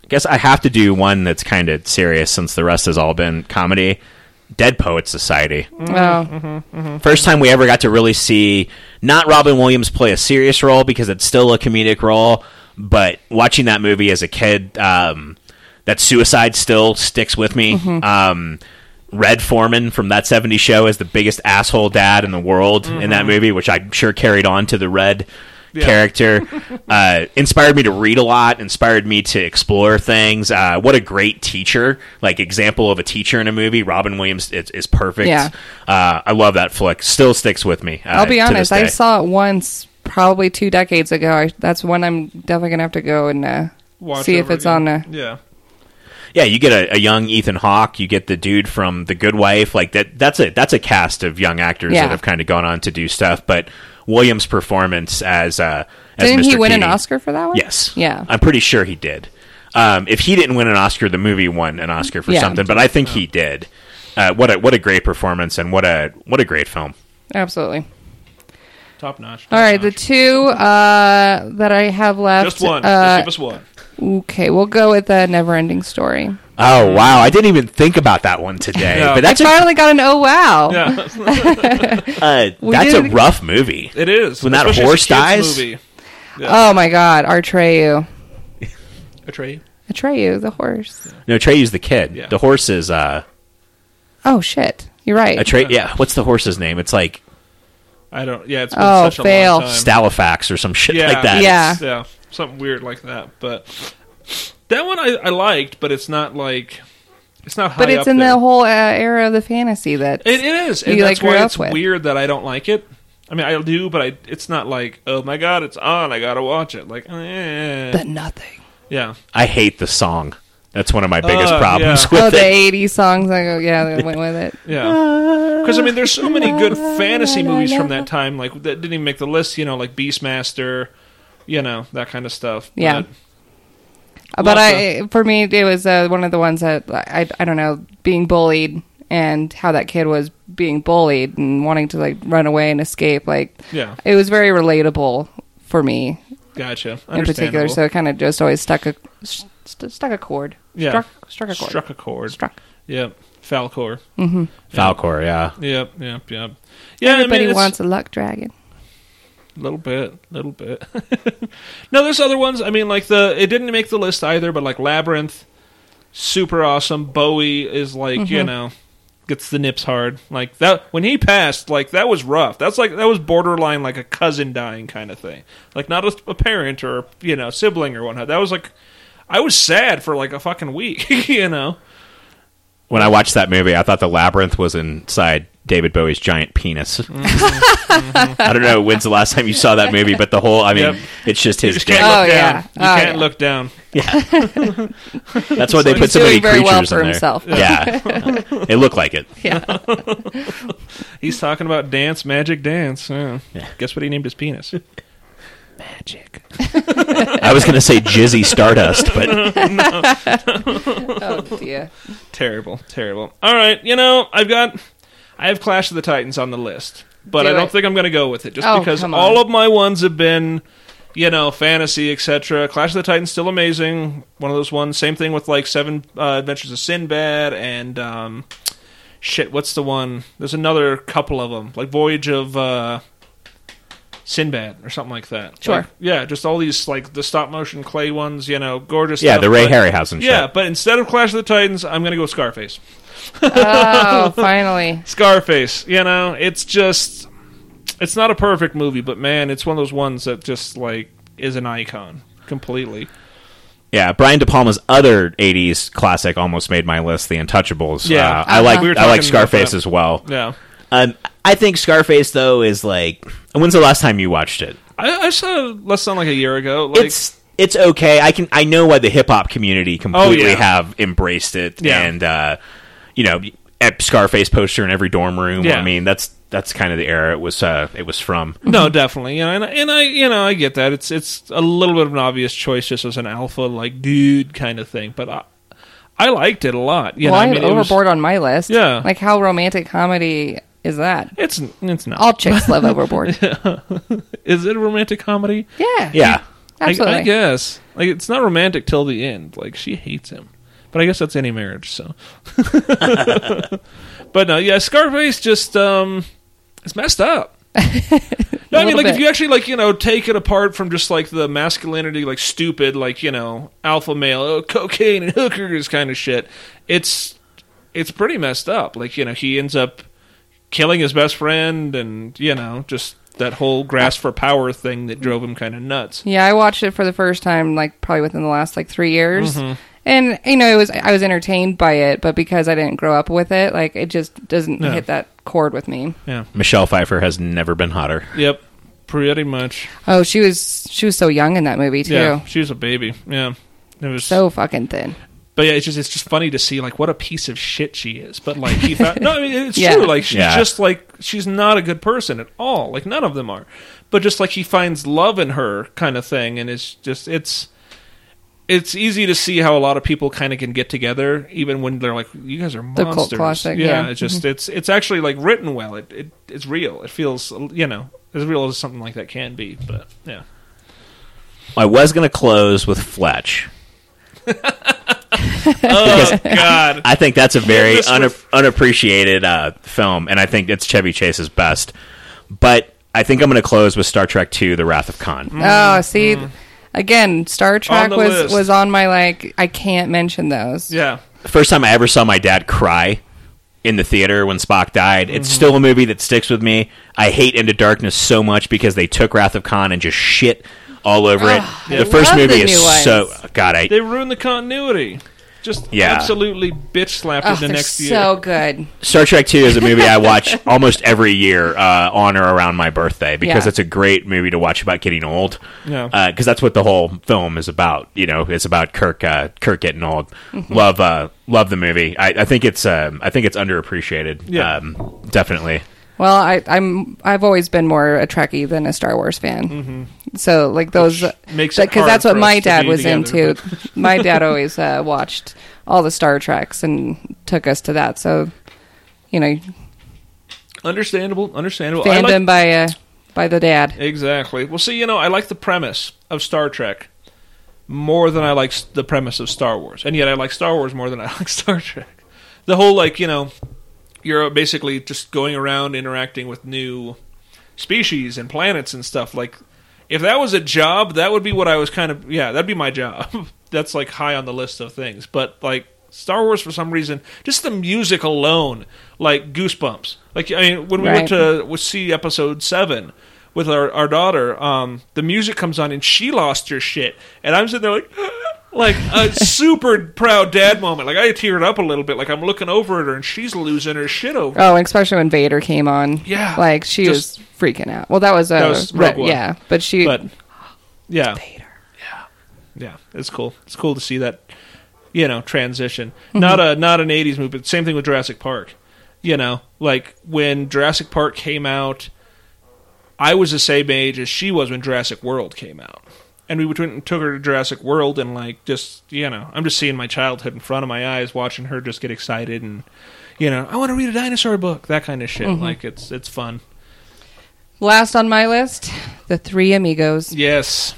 guess I have to do one that's kind of serious since the rest has all been comedy. Dead Poet Society. Mm-hmm. Oh. Mm-hmm. First time we ever got to really see not Robin Williams play a serious role because it's still a comedic role, but watching that movie as a kid, um, that suicide still sticks with me. Um, Red Foreman from that 70s show is the biggest asshole dad in the world in that movie, which I'm sure carried on to the Red character. uh, inspired me to read a lot, inspired me to explore things. Uh, what a great teacher, like example of a teacher in a movie. Robin Williams is, is perfect. Yeah. Uh, I love that flick. Still sticks with me. Uh, I'll be to this honest. I day. saw it once, probably two decades ago. I, that's one I'm definitely gonna have to go and uh, Watch see if over it's again. on. Uh, Yeah. Yeah, you get a, a young Ethan Hawke. You get the dude from The Good Wife. Like that. That's a that's a cast of young actors Yeah. that have kind of gone on to do stuff. But Williams' performance as uh, as didn't he Mr. win an Keating- Oscar for that one? Yes. Yeah. I'm pretty sure he did. Um, if he didn't win an Oscar, the movie won an Oscar for Yeah. something, but I think he did. Uh, what a what a great performance and what a what a great film. Absolutely. Top notch. All right, the two uh, that I have left. just one. Uh, just give us (laughs) one. okay, we'll go with the never-ending story. Oh wow, I didn't even think about that one today. (laughs) Yeah. But that's a, Finally got an oh wow. Yeah, (laughs) uh, We that's a did- rough movie. it is. When that Especially horse it's a kids' dies? Movie. Oh my God, Artreyu, Atreyu. Atreyu, the horse. No, Treyu's the kid. Yeah. The horse is uh, Oh shit, you're right. a Trey. Yeah, what's the horse's name? It's like I don't. Yeah, it's been Oh, such a fail. long time. Stalifax or some shit yeah, like that. Yeah. it's- yeah, something weird like that. But that one I, I liked, but it's not like it's not. but high it's up in there. the whole uh, era of the fantasy that It, it is, and you, that's like, grew why up it's with. weird that I don't like it. I mean, I do, but I. It's not like, oh my god, it's on. I gotta watch it. Like, eh. the nothing. yeah, I hate the song. That's one of my biggest Uh, problems yeah. with oh, it. the '80s songs. I go, yeah, that went with (laughs) it. Yeah, Uh, because I mean, there's so many (laughs) good fantasy movies from that time, like that didn't even make the list. You know, like Beastmaster, you know that kind of stuff. Yeah. Uh, But- But Lots I, for me, it was uh, one of the ones that I, I don't know, being bullied and how that kid was being bullied and wanting to like run away and escape. Like, yeah, it was very relatable for me gotcha. in particular. So it kind of just always stuck a st- st- stuck a chord. Yeah. Struck, struck a chord. struck a chord. Struck. Yep, Falcor. Falcor, yeah. Yep, yep, yep. Yeah, Everybody I mean, it's- wants a luck dragon. (laughs) little bit, little bit. (laughs) no, there's other ones. I mean, like the it didn't make the list either, but like Labyrinth, super awesome. Bowie is like Mm-hmm. you know gets the nips hard like that when he passed. Like that was rough. That's like that was borderline like a cousin dying kind of thing. Like not a, a parent or you know sibling or whatnot. That was like I was sad for like a fucking week. (laughs) you know. When I watched that movie, I thought the labyrinth was inside David Bowie's giant penis. Mm-hmm. (laughs) I don't know when's the last time you saw that movie, but the whole, I mean, Yep. it's just You his just dick. can't Oh, look down. You yeah. Oh, can't yeah. look down. That's why they put He's so many doing very creatures well for in there. himself. Yeah. (laughs) it looked like it. (laughs) Yeah. He's talking about dance, magic dance. Yeah. Guess what he named his (laughs) penis? Magic. I was going to say Jizzy Stardust, (laughs) but Oh dear. Terrible, terrible. All right, you know, I've got I have Clash of the Titans on the list, but Do I don't it. think I'm going to go with it just Oh, because come all on. of my ones have been, you know, fantasy, etc. Clash of the Titans still amazing, one of those ones. Same thing with like Seven uh, Adventures of Sinbad and um shit, what's the one? There's another couple of them, like Voyage of uh Sinbad or something like that. Sure. Like, yeah, just all these like the stop motion clay ones, you know, gorgeous. Yeah, stuff, the Ray but- Harryhausen Yeah, shit. but instead of Clash of the Titans, I'm gonna go with Scarface. (laughs) Oh, finally. Scarface, you know, it's just it's not a perfect movie, but man, it's one of those ones that just like is an icon completely. Yeah, Brian De Palma's other '80s classic almost made my list, The Untouchables. Yeah. Uh, I like We were I talking like about Scarface that. as well. Yeah. Um, I think Scarface though is like. When's the last time you watched it? I, I saw it less than like a year ago. Like it's it's okay. I can I know why the hip hop community completely Oh, yeah. have embraced it, Yeah. and uh, you know, a Scarface poster in every dorm room. Yeah. I mean, that's that's kind of the era it was uh, it was from. No, definitely. You know, and, I- and I, you know, I get that. It's it's a little bit of an obvious choice, just as an alpha like dude kind of thing. But I, I liked it a lot. You well, know, I I had mean, it was- Overboard on my list. Yeah. Like, how romantic comedy is that? it's it's not. All (laughs) chicks love Overboard. Is it a romantic comedy? Yeah. Yeah, I, Absolutely. I guess. Like it's not romantic till the end. Like she hates him. But I guess that's any marriage, so. (laughs) but no, yeah, Scarface just um it's messed (laughs) up. no, I mean little like if bit. you actually like, you know, take it apart from just like the masculinity like stupid like, you know, alpha male, oh, cocaine and hookers kind of shit. It's it's pretty messed up. Like, you know, he ends up killing his best friend and, you know, just that whole grasp for power thing that drove him kind of nuts. Yeah, I watched it for the first time, like probably within the last like three years, Mm-hmm. and you know, it was I was entertained by it, but because I didn't grow up with it, like it just doesn't Yeah. hit that chord with me. Yeah. Michelle Pfeiffer has never been hotter. Yep. Pretty much. Oh, she was she was so young in that movie too, Yeah. She was a baby. Yeah. It was so fucking thin. but yeah, it's just it's just funny to see like what a piece of shit she is. But like he (laughs) found no, I mean it's Yeah. true. Like she's Yeah. just like she's not a good person at all. Like none of them are. But just like he finds love in her kind of thing, and it's just it's it's easy to see how a lot of people kind of can get together, even when they're like, "You guys are The cult monsters." classic, yeah. Mm-hmm. it's just it's it's actually like written well. It, it it's real. It feels you know as real as something like that can be. But yeah. I was gonna close with (laughs) Fletch. Oh God! I think that's a very this una- was- unappreciated uh, film, and I think it's Chevy Chase's best. But I think I'm going to close with Star Trek II: The Wrath of Khan. Oh, see, again, Star Mm-hmm. Trek the was list. was on my like I can't mention those. Yeah. first time I ever saw my dad cry in the theater when Spock died. It's Mm-hmm. still a movie that sticks with me. I hate Into Darkness so much because they took Wrath of Khan and just shit all over it. The first Ah, love the movie new is ones. so God. I They ruined the continuity. Just Yeah. absolutely bitch slapped Oh, in the they're next year. so good. Star Trek Two is a movie I (laughs) watch almost every year uh, on or around my birthday because Yeah. it's a great movie to watch about getting old. Yeah. because that's what the whole film is about. You know, it's about Kirk uh, Kirk getting old. Mm-hmm. Love uh, love the movie. I, I think it's um, I think it's underappreciated. Yeah. um, definitely. Well, I, I'm I've always been more a Trekkie than a Star Wars fan. So like those Mm-hmm. makes it because that's hard what for my us to dad be was together, into. my dad always uh, watched all the Star Treks and took us to that. So you know, Understandable, understandable. I fandom like- by uh, by the dad. exactly. Well, see, you know, I like the premise of Star Trek more than I like s- the premise of Star Wars, and yet I like Star Wars more than (laughs) I like Star Trek. The whole like, you know, you're basically just going around interacting with new species and planets and stuff. Like, if that was a job, that would be what I was kind of. Yeah, that'd be my job. (laughs) That's like high on the list of things. But like Star Wars, for some reason, just the music alone, like goosebumps. Like I mean, when we went to we see episode seven with our our daughter, um, the music comes on and she lost her shit, and I'm sitting there like. (gasps) Like a super proud dad moment. Like I teared up a little bit. Like I'm looking over at her and she's losing her shit over. Oh, and especially when Vader came on. Yeah. like she Just- was freaking out. Well, that was, uh, That was Rogue One. yeah, but she but yeah, Vader. yeah, it's cool. It's cool to see that you know transition. Not a not an '80s movie, but same thing with Jurassic Park. You know, like when Jurassic Park came out, I was the same age as she was when Jurassic World came out, and we went and took her to Jurassic World, and like just you know, I'm just seeing my childhood in front of my eyes, watching her just get excited and. You know, I want to read a dinosaur book, that kind of shit. Like it's it's fun. Last on my list, the Three Amigos. Yes.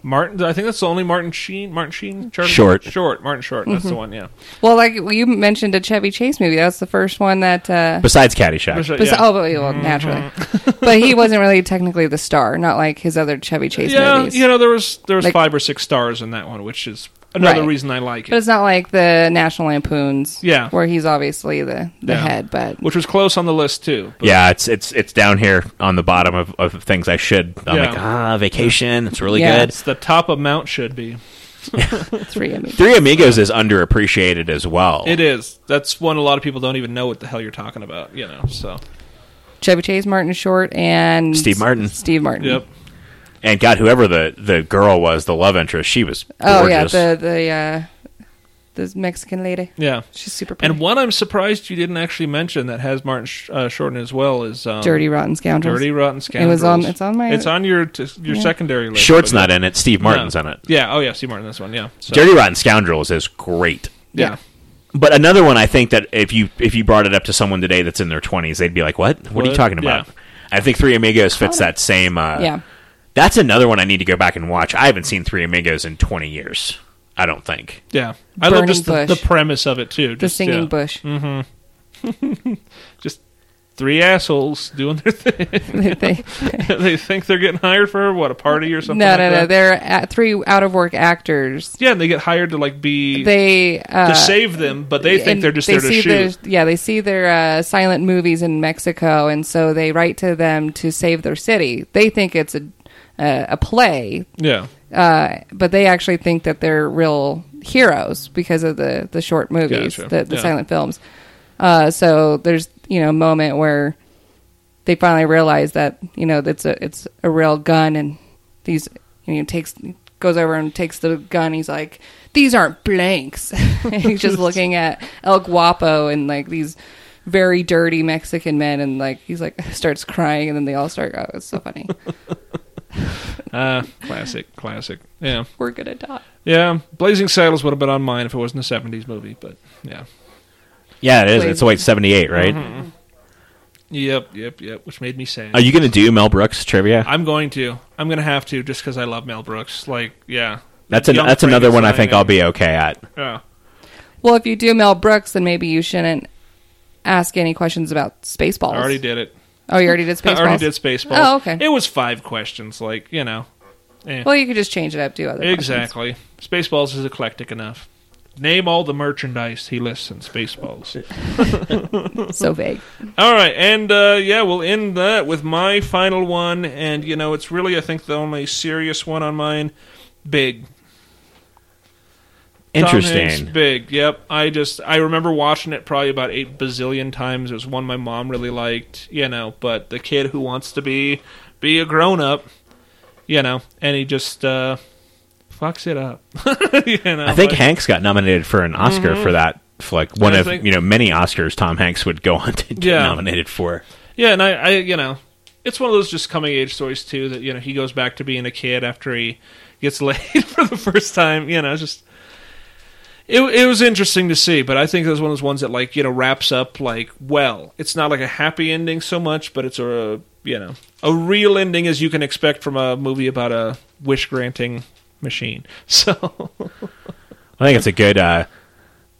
Martin. I think that's the only Martin Sheen. Martin Sheen. Charlie Short. Short. Martin Short. That's Mm-hmm. the one. Yeah. Well, like you mentioned, a Chevy Chase movie. That's the first one that. Uh, Besides Caddyshack, Besides- bes- yeah. Mm-hmm. Oh, but, well, naturally, but he wasn't really technically the star. Not like his other Chevy Chase yeah, movies. you know there was there was Like- five or six stars in that one, which is another Right. reason I like it. But it's not like the National Lampoons, Yeah. where he's obviously the, the Yeah. head. But which was close on the list too. But yeah, it's it's it's down here on the bottom of, of things I should. I'm Yeah. like, ah, vacation. It's really Yeah. good. It's the top of Mount should be. three of me. Three Amigos is underappreciated as well. It is. That's one a lot of people don't even know what the hell you're talking about. You know. So Chevy Chase, Martin Short, and Steve Martin. Steve Martin. yep. And God, whoever the, the girl was, the love interest, she was gorgeous. Oh yeah, the the uh, this Mexican lady. Yeah. She's super pretty. And one I'm surprised you didn't actually mention that has Martin Sh- uh, Short in it as well is um, Dirty Rotten Scoundrels. Dirty Rotten It Scoundrels. was on- it's on my- It's on your t- your Yeah. secondary list. Short's but not in it. Steve yeah. Martin's in it. Yeah. Oh yeah. Steve Martin. This one. Yeah. So, Dirty Rotten Scoundrels is great. Yeah. But another one, I think that if you if you brought it up to someone today that's in their twenties, they'd be like, "What? What, are you What? talking about?" Yeah. I think Three Amigos fits that same. Uh, Yeah. that's another one I need to go back and watch. I haven't seen Three Amigos in twenty years. I don't think. Yeah. I love Burning just the, bush. the premise of it too. the Just, singing yeah. bush. Just three assholes doing their (laughs) thing. (laughs) They- they- they think they're getting hired for what a party or no, something. no, like no. that. They're at three out of work actors. Yeah, and they get hired to like be They uh, to save them, but they think and they're just they there to see shoot. Their, yeah, they see their uh, silent movies in Mexico, and so they write to them to save their city. They think it's a uh, a play, yeah, uh, but they actually think that they're real heroes because of the the short movies, Gotcha. the, the Yeah. silent films. Uh, so there's you know a moment where they finally realize that you know that's a it's a real gun, and these you know takes goes over and takes the gun. He's like, these aren't blanks. (laughs) and (laughs) he's just looking at El Guapo and like these very dirty Mexican men, and like he's like (laughs) starts crying, and then they all start. Oh, it's (laughs) so funny. uh, classic, classic. Yeah, We're gonna die. yeah. Blazing Saddles would have been on mine if it wasn't a '70s movie, but yeah, Yeah, it is. Wait. It's like seventy eight, right? yep, yep, yep. Which made me sad. Are you going to do Mel Brooks trivia? I'm going to. I'm going to have to just because I love Mel Brooks. Like, yeah, that's an, Young that's another one I Frankenstein think I'll be okay at. and- Well, if you do Mel Brooks, then maybe you shouldn't ask any questions about Spaceballs. Yeah, I already did it. Oh, you already (laughs) did I Spaceballs. already did Spaceballs. Oh, okay. It was five questions. Like, you know, eh. Well, you could just change it up, do other exactly. Spaceballs is eclectic enough. Name all the merchandise he lists in Spaceballs. questions. So vague. All right, and uh, yeah, we'll end that with my final one, and you know, it's really I think the only serious one on mine. Big, Tom Hanks, Interesting. big. Yep, I just I remember watching it probably about eight bazillion times. It was one my mom really liked, you know. But the kid who wants to be be a grown up, you know, and he just uh, fucks it up. (laughs) you know, I think but- Hanks got nominated for an Oscar for that flick. One Mm-hmm. I of think- you know many Oscars Tom Hanks would go (laughs) on to get Yeah. nominated for. Yeah, and I, I, you know, it's one of those just coming age stories too that you know he goes back to being a kid after he gets (laughs) laid for the first time. You know, it's just it it was interesting to see, but I think it was one of those ones that like you know wraps up like well, it's not like a happy ending so much, but it's a you know a real ending as you can expect from a movie about a wish granting machine. (laughs) So I think it's a good uh,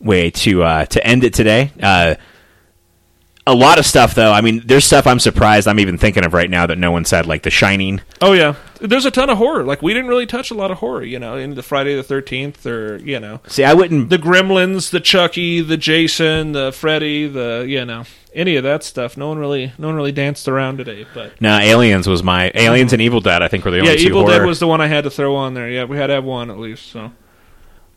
way to uh, to end it today. Uh, a lot of stuff, though. I mean, there's stuff I'm surprised I'm even thinking of right now that no one said, like The Shining. oh yeah, there's a ton of horror. Like we didn't really touch a lot of horror, you know, in the Friday the Thirteenth or you know See, I wouldn't. the Gremlins, the Chucky, the Jason, the Freddy, the you know any of that stuff. No one really, no one really danced around today. But No, Aliens was my Aliens and Evil Dead. I think were the only yeah, two Evil horror. Dead was the one I had to throw on there. Yeah, we had to have one at least. So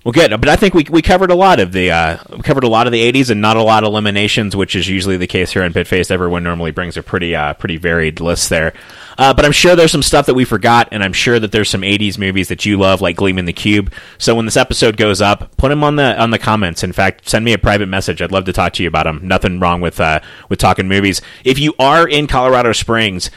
well, good. But I think we we covered a lot of the uh, we covered a lot of the '80s and not a lot of eliminations, which is usually the case here on Pitface. Everyone normally brings a pretty uh, pretty varied list there. Uh, but I'm sure there's some stuff that we forgot, and I'm sure that there's some '80s movies that you love, like Gleam in the Cube. So when this episode goes up, put them on the on the comments. In fact, send me a private message. I'd love to talk to you about them. Nothing wrong with uh, with talking movies. If you are in Colorado Springs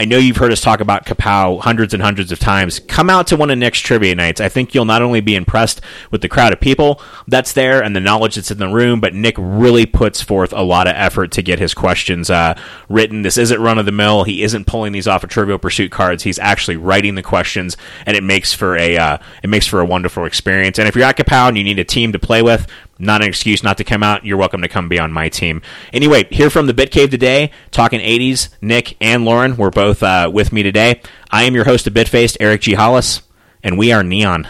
I know you've heard us talk about Kapow hundreds and hundreds of times. Come out to one of Nick's trivia nights. I think you'll not only be impressed with the crowd of people that's there and the knowledge that's in the room, but Nick really puts forth a lot of effort to get his questions uh, written. This isn't run of the mill. He isn't pulling these off of Trivial Pursuit cards. He's actually writing the questions, and it makes for a uh, it makes for a wonderful experience. And if you're at Kapow and you need a team to play with, not an excuse not to come out. You're welcome to come be on my team. Anyway, here from the Bit Cave today, talking 80s. Nick and Lauren were both uh, with me today. I am your host of Bitfaced, Eric G. Hollis, and we are Neon.